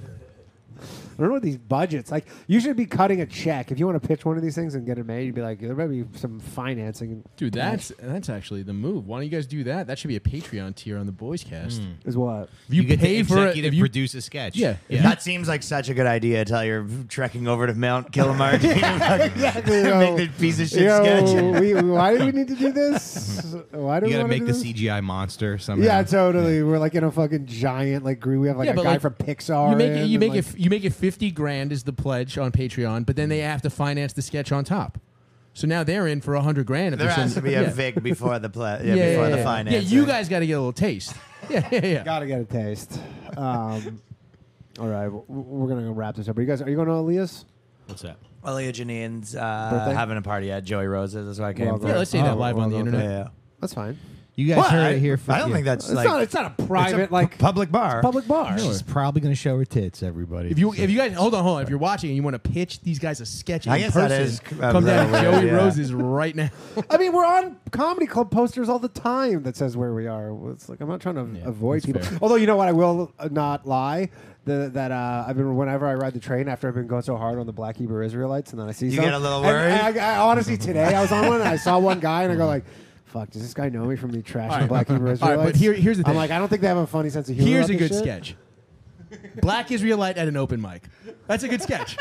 A: I don't know what these budgets. Like you should be cutting a check if you want to pitch one of these things and get it made. You'd be like, there might be some [LAUGHS] financing.
B: Dude, that's that's actually the move. Why don't you guys do that? That should be a Patreon tier on the Boys Cast.
A: is what
B: If you,
E: get to
B: pay for it,
E: executive
B: if you,
E: produce a sketch.
B: Yeah. [LAUGHS]
E: [LAUGHS]
D: That seems like such a good idea until you're trekking over to Mount Kilimanjaro.
E: [LAUGHS]
A: exactly.
D: Make the piece of shit sketch.
A: we, why do we need to do this? Why do
E: You
A: we
E: got to
A: wanna
E: make
A: do
E: the
A: this?
E: CGI monster somehow.
A: Yeah, totally. We're like in a fucking giant like group. We have like
B: Yeah,
A: a
B: but,
A: guy
B: like,
A: from Pixar.
B: you make
A: in
B: it, you
A: and,
B: make
A: like-
B: it f- you make it fifty grand is the pledge on Patreon, but then they have to finance the sketch on top. So now they're in for hundred grand. If
D: There
B: there's some-
D: has to be a
B: [LAUGHS] yeah.
D: Vic before the pla- yeah,
B: Yeah, yeah,
D: before
B: yeah,
D: the
B: yeah.
D: finance.
B: Yeah, you guys got to get a little taste. Yeah, yeah, yeah.
A: Gotta get a taste. Um, [LAUGHS] all right, w- w- we're gonna wrap this up. Are you guys? Are you going to Elias?
E: What's that?
D: Elia Janine's uh,
A: Birthday?
D: having a party at Joey Rose's. That's why I came.
A: Well,
D: for.
B: Yeah, let's say that
A: Oh,
B: live on the
A: well,
B: internet.
D: yeah.
A: That's fine.
E: You guys
D: What?
E: heard it here.
D: I don't think that's
A: It's
D: like
A: not. It's not a
D: it's
A: private
D: a pu-
A: like
D: public bar.
A: public bar.
E: She's probably going to show her tits, everybody.
B: If you if you guys hold on hold on if you're watching and you want to pitch these guys a sketch in
D: I guess
B: person,
D: that is c- a
B: come down to
D: little weird,
B: Joey
D: yeah.
B: Rose's right
A: [LAUGHS]
B: now.
A: I mean, we're on comedy club posters all the time that says where we are. It's like I'm not trying to avoid people. Although you know what, I will uh, not lie. The, that uh, I've been whenever I ride the train after I've been going so hard on the Black Hebrew Israelites, and then I see
D: You
A: some-
D: get a little
A: and
D: worried?
A: I, I- [LAUGHS] honestly, today I was on one and I saw one guy, and I go like. Fuck! Does this guy know me from the trash and Black Hebrew Israelites?
B: All right, but here- here's the
A: I'm
B: thing.
A: like, I don't think they have a funny sense of humor.
B: Here's
A: about
B: a
A: this
B: good
A: shit.
B: sketch. Black Israelite at an open mic. That's a good sketch.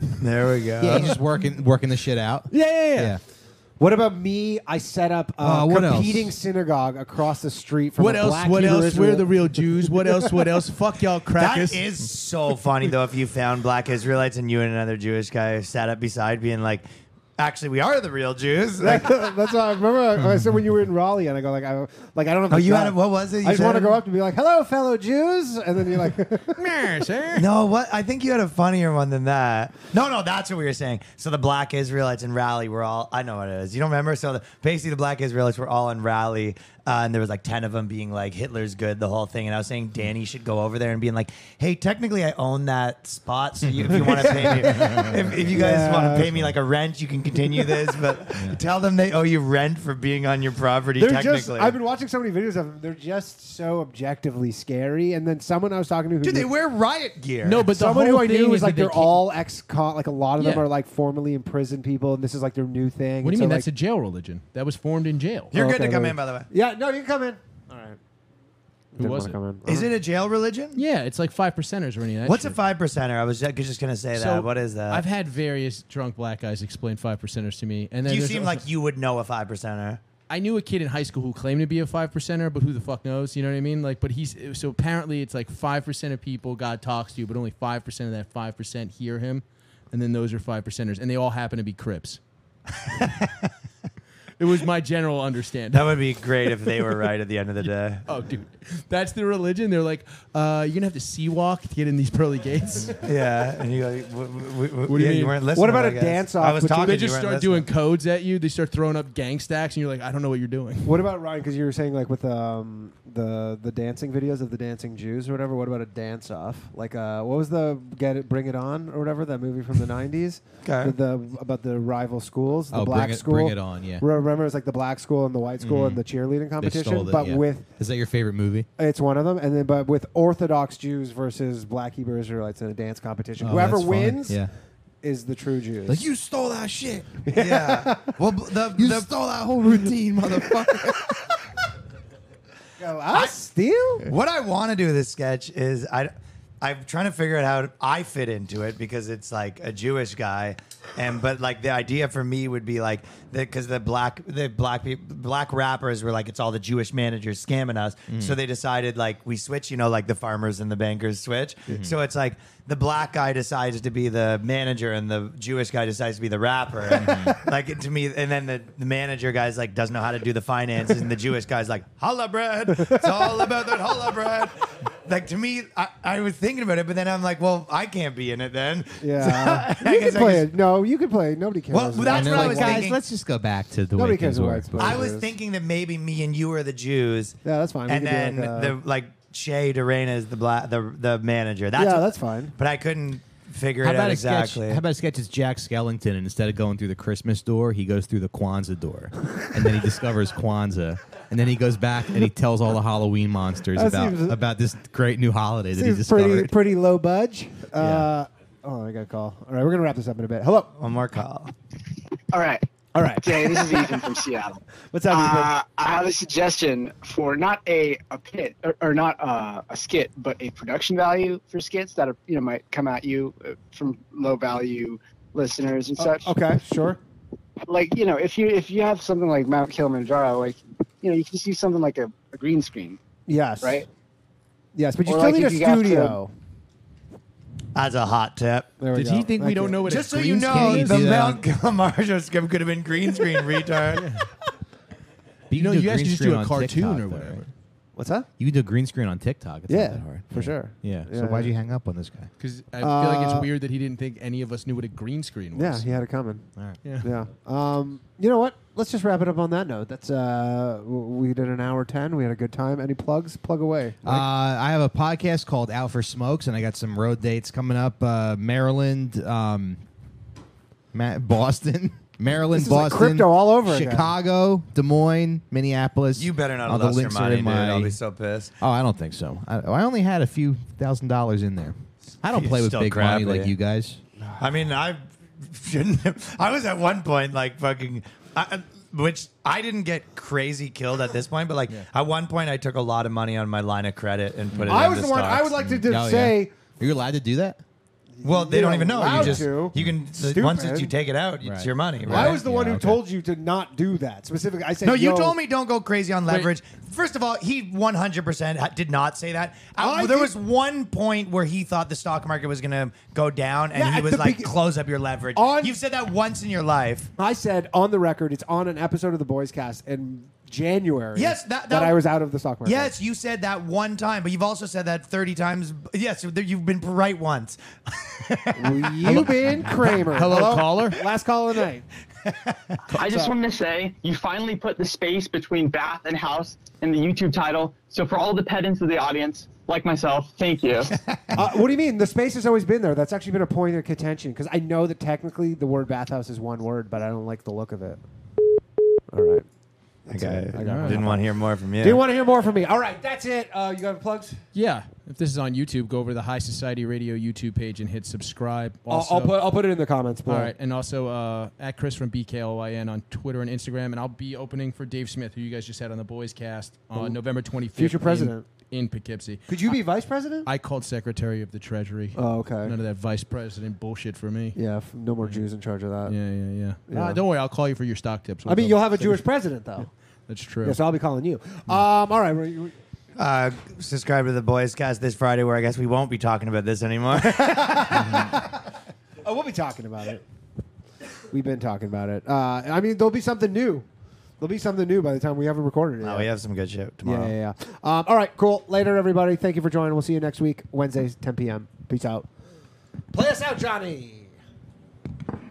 D: There we go.
E: yeah, he's just working working the shit out.
B: Yeah, yeah, yeah.
A: What about me? I set up a
E: Uh, what else?
A: competing synagogue across the street from
B: What
A: a
B: else?
A: Black
B: what
A: Hebrew
B: else? We're
A: Israelite-
B: the real Jews. What else? What
A: [LAUGHS]
B: else? Fuck y'all,
D: That
B: crackers.
D: is so funny though. If you found black Israelites and you and another Jewish guy sat up beside, being like, "Actually, we are the real [LAUGHS]
A: [LAUGHS]
D: Jews." Like,
A: That's why I remember I, I said when you were in Raleigh, and I go like, I like I don't have.
D: Oh,
A: the
D: you had
A: time.
D: a- what was it you
A: I just want to
D: said?
A: go up and be like, "Hello, fellow Jews," and then
D: [LAUGHS]
A: you're like,
B: Meh, sir.
D: no, what? I think you had a funnier one than that. No, no, that's what we were saying. So the black Israelites in Raleigh were all. I know what it is. You don't remember? So the, basically, the black Israelites were all in Raleigh, uh, and there was like ten of them being like, "Hitler's good," the whole thing. And I was saying Danny should go over there and being like, "Hey, technically, I own that spot. So you, if you want to pay me, if, if you guys
A: Yeah.
D: want to pay me like a rent, you can continue this. But tell them they owe you rent for being on your property.
A: "They're
D: technically,
A: just." I've been watching so many videos of them. They're just so objectively scary. And then someone I was talking to, who
D: dude, they
A: knew-
D: wear riot gear.
B: No, but the
A: someone
B: whole
A: who I
B: thing
A: knew was
B: is
A: like
B: that
A: they're
B: they keep-
A: all ex-con. Like a lot of them
B: Yeah.
A: are like formerly imprisoned people, and this is like their new thing.
B: What do
A: And
B: you
A: so,
B: mean?
A: like-
B: That's a jail religion that was formed in jail.
D: You're
A: Oh,
D: good
A: okay,
D: to come
A: wait.
D: in, by the way.
A: yeah. No, you can come in. All right.
B: Who was it?
D: Is it a jail religion?
B: Yeah, it's like five percenters or any of that.
D: What's
B: shit.
D: a five percenter? I was ju- just gonna say that. What is that?
B: I've had various drunk black guys explain five percenters to me, and then
D: you
B: there's
D: seem
B: also-
D: like you would know a five percenter.
B: I knew a kid in high school who claimed to be a five percenter, but who the fuck knows? You know what I mean? Like, but he's so apparently it's like five percent of people God talks to, but only five percent of that five percent hear him, and then those are five percenters, and they all happen to be
A: [LAUGHS]
B: Crips. it was my general understanding.
D: That would be great if they were right at the end
B: [LAUGHS]
D: of the day.
B: Oh, dude, that's the religion. They're like, uh, you're gonna have to sea walk to get in these pearly gates.
D: [LAUGHS] Yeah, and you go, w- w-
B: What do you
D: yeah,
B: mean?
D: weren't listening.
A: What about
D: I
A: a
D: guess.
A: dance-off
D: I was
A: between-
D: talking.
B: They
D: you
B: just
D: weren't
B: start
D: listening.
B: doing codes at you. They start throwing up gang stacks, and you're like, I don't know what you're doing.
A: What about Ryan? Because you were saying like with um, the the dancing videos of the dancing Jews or whatever. What about a dance off? Like uh, what was the Get It Bring It On or whatever that movie from the nineties?
D: Okay.
A: the about the rival schools, the
E: Oh,
A: black
E: Bring It-
A: school.
E: Bring It On, yeah. Mm-hmm.
A: Re- Remember, it's like the black school and the white school and the cheerleading
E: They
A: competition,
E: stole it,
A: but
E: yeah.
A: with
E: is that your favorite movie?
A: it's one of them, and then but with Orthodox Jews versus Black Hebrew Israelites in a dance competition.
E: Oh,
A: Whoever
E: that's fun.
A: wins
E: yeah.
A: is the true Jews.
E: Like you stole that shit.
D: Yeah.
E: [LAUGHS]
D: Well, b- the,
E: You
D: the
E: stole that whole routine, motherfucker.
A: Go, I steal.
D: what I want to do with this sketch is I, I'm trying to figure out how I fit into it because it's like a Jewish guy, and but like the idea for me would be like because the, black the black people black rappers were like it's all the Jewish managers scamming us, so they decided like we switch, you know, like the farmers and the bankers switch. So it's like the black guy decides to be the manager and the Jewish guy decides to be the rapper. like it- to me, and then the, the manager guy's like doesn't know how to do the finances, and the Jewish guy's like holla bread. It's all about that holla bread. Like to me, I, I was thinking about it, but then I'm like, well, I can't be in it then.
A: Yeah,
E: [LAUGHS]
D: I
A: you
D: guess
A: can
D: I
A: play
D: just-
A: it. No, you can play. it. Nobody cares.
D: Well, that's
E: And
D: what
E: they're
D: I
E: like,
D: was
E: guys,
D: thinking.
E: let's just go back to the
A: Nobody
E: way
A: cares
E: things
A: what
E: were.
A: it's about.
D: I was
A: Jews.
D: thinking that maybe me and you are the Jews.
A: Yeah, that's fine. We
D: And
A: could do
D: then
A: like uh, a-
D: the like Shay Dorena is the black the the manager. That's
A: Yeah,
D: what-
A: that's fine.
D: But I couldn't figure
E: How
D: it
E: about
D: out
E: a
D: exactly.
E: sketch? How about a sketch? It's Jack Skellington, and instead of going through the Christmas door, he goes through the Kwanzaa door, and then he discovers Kwanzaa, and then he goes back and he tells all the Halloween monsters
A: That
E: about
A: seems-
E: about this great new holiday that he
A: Seems pretty
E: discovered.
A: pretty low budge. Uh, Oh, I got a call. All right, we're gonna wrap this up in a bit. Hello.
D: One more call.
F: All right.
A: All right.
F: Jay, this is Ethan from Seattle.
A: [LAUGHS] What's up, Ethan?
F: Uh, I have a suggestion for not a, a pit or, or not uh, a skit, but a production value for skits that are you know might come at you uh, from low value listeners and such.
A: Uh, Okay, sure.
F: Like you know, if you if you have something like Mount Kilimanjaro, like you know, you can just use something like a, a green screen,
A: Yes.
F: right?
A: Yes, but you
F: Or
A: still
F: like
A: need a
F: if you got
A: studio.
D: That's a hot tip.
A: There we
B: Did
A: go.
B: he think we
A: Thank
B: don't
A: you.
B: know what
D: Just
B: a
D: so you
B: green
D: know,
B: screen is?
D: the
E: do that
D: Mount Kilimanjaro script could have been green
E: [LAUGHS]
D: screen, retard.
E: But
B: You know,
E: can do
B: you guys
E: a green
B: can just
E: screen
B: do a
E: on
B: cartoon
E: TikTok,
B: or
E: though,
B: whatever.
E: right?
A: What's that?
E: You can do a green screen on TikTok. It's
A: Yeah,
E: not that hard
A: for sure.
E: Yeah.
A: Yeah,
E: So why'd
A: yeah.
E: you hang up on this guy?
B: Because I feel like
A: Uh,
B: it's weird that he didn't think any of us knew what a green screen
A: Yeah,
B: was.
A: he had it coming.
E: All right.
B: Yeah.
A: Yeah. Um, you know what? Let's just wrap it up on that note. That's uh, w- we did an hour ten. We had a good time. Any plugs? Plug away.
E: Uh, I have a podcast called Out for Smokes, and I got some road dates coming up. Uh, Maryland, um, Ma- Boston, [LAUGHS] Maryland,
A: This is like
E: Boston,
A: crypto all over again.
E: Chicago, Des Moines, Minneapolis.
D: You better not
E: All
D: have
E: the
D: lost your
E: links are
D: money,
E: in
D: dude.
E: my-
D: I'll be so pissed.
E: Oh, I don't think so. I, I only had a few thousand dollars in there. I don't
D: You're
E: play with
D: still
E: big
D: crappy.
E: money like you guys.
D: I mean, I [LAUGHS] shouldn't. Have, I was at one point like fucking, I, which I didn't get crazy killed at this point, but like at one point I took a lot of money on my line of credit and put it.
A: I was
D: into
A: the one. I
D: stocks.
A: would like to
E: Oh,
A: d-
E: yeah.
A: say
E: Are you allowed to do that?
D: Well, they
A: You're
D: don't even know.
A: allowed
D: You just
A: to.
D: you can once
A: Stupid.
D: that you take it out, it's
E: Right.
D: your money.
A: I
D: Right?
A: was the one
E: Yeah,
A: who
E: okay.
A: told you to not do that specifically. I said
D: no, you
A: yo,
D: told me don't go crazy on leverage. First of all, he 100% ha- did not say that. I-
A: I
D: there
A: did-
D: was one point where he thought the stock market was going to go down and
A: Yeah,
D: he
A: at
D: was
A: the
D: like,
A: begi-
D: close up your leverage.
A: On-
D: You've said that once in your life.
A: I said on the record. It's on an episode of the Boys Cast in January.
D: Yes, that- that-
A: I was out of the stock market.
D: Yes, you said that one time, but you've also said that 30 times. Yes, you've been right once.
B: Mm-hmm.
A: [LAUGHS]
J: [LAUGHS]
A: you been Kramer.
E: Hello, caller.
A: Last call of the night.
O: [LAUGHS] I just wanted to say you finally put the space between bath and house in the YouTube title. So for all the pedants of the audience, like myself, thank
A: [LAUGHS]
O: you.
A: Uh, what do you mean? The space has always been there. That's actually been a point of contention because I know that technically the word bathhouse is one word, but I don't like the look of it. All right.
D: Okay. I
A: got
D: didn't want to hear more from you.
A: Do you want to hear more from me? All right, that's it. Uh, you got any plugs?
B: Yeah. If this is on YouTube, go over to the High Society Radio YouTube page and hit subscribe.
A: I'll,
B: Also,
A: I'll put I'll put it in the comments. Below.
B: All right, and also uh, at Chris from BKLYN on Twitter and Instagram, and I'll be opening for Dave Smith, who you guys just had on the Boys Cast on November 25th.
A: Future
B: in-
A: president.
B: in, Poughkeepsie.
A: Could you be vice president?
B: I called Secretary of the Treasury.
A: Oh, okay.
B: None of that vice president bullshit for me.
A: yeah, f- no more Jews in charge of that.
B: Yeah, yeah, yeah.
A: Yeah.
B: Uh, don't worry, I'll call you for your stock tips.
A: I mean, you'll have a Jewish president though.
B: That's [LAUGHS] true.
A: Yeah, so I'll be calling you. Um, all right. we- we-
D: uh, subscribe to the Boys Cast this Friday, where I guess we won't be talking about this
A: [LAUGHS]
D: anymore.
A: Oh, we'll be talking about it. We've been talking about it. Uh, I mean, there'll be something new. There'll be something new by the time we haven't recorded it.
D: No,
B: Oh,
A: yet.
D: we have some good shit tomorrow.
A: Yeah, yeah, yeah. Um, all right, cool. Later, everybody. Thank you for joining. We'll see you next week, Wednesdays, 10 p.m. Peace out. Play us out, Johnny.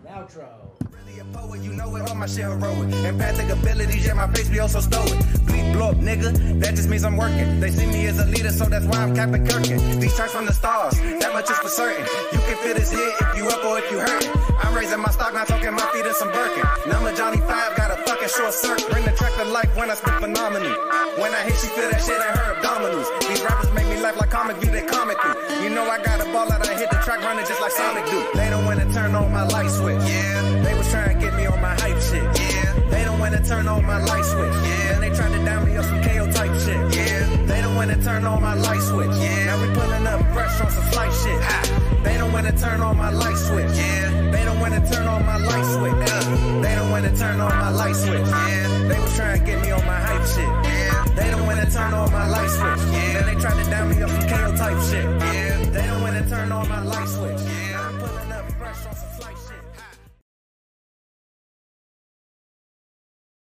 A: Outro.
P: Really a poet, you know it, all my shit heroic. Empathic abilities, yeah, my face be also stoic. Bleep, blow up, nigga, that just means I'm working. They see me as a leader, so that's why I'm Captain Kirkin. These charts from the stars, that much is for certain. You can feel this hit if you up or if you hurting. I'm raising my stock, not talking my feet in some Birkin. Number Johnny 5, got a fucking short circuit. Bring the track to life when I speak phenomenally. When I hit, she feel that shit in her abdominals. These rappers make me laugh like comic view, they comic through. You know I got a ball out, I hit the track running just like Sonic do. They don't wanna turn on my light switch. Yeah. They was trying to get me on my hype shit. Yeah. They don't wanna turn on my light switch. Yeah. Then they tried to down me up some KO type shit. Yeah. They don't wanna turn on my light switch. Yeah. Now we pulling up fresh on some flight shit. Ha. They don't wanna turn on my light switch. Yeah. They don't wanna turn on my light switch. Uh. They don't wanna turn on my light switch. Yeah. They was trying to get me on my hype shit. Yeah. They don't wanna turn on my light switch. Yeah. Then they tried to down me up some KO type shit. Yeah. They don't wanna turn on my light switch. Yeah.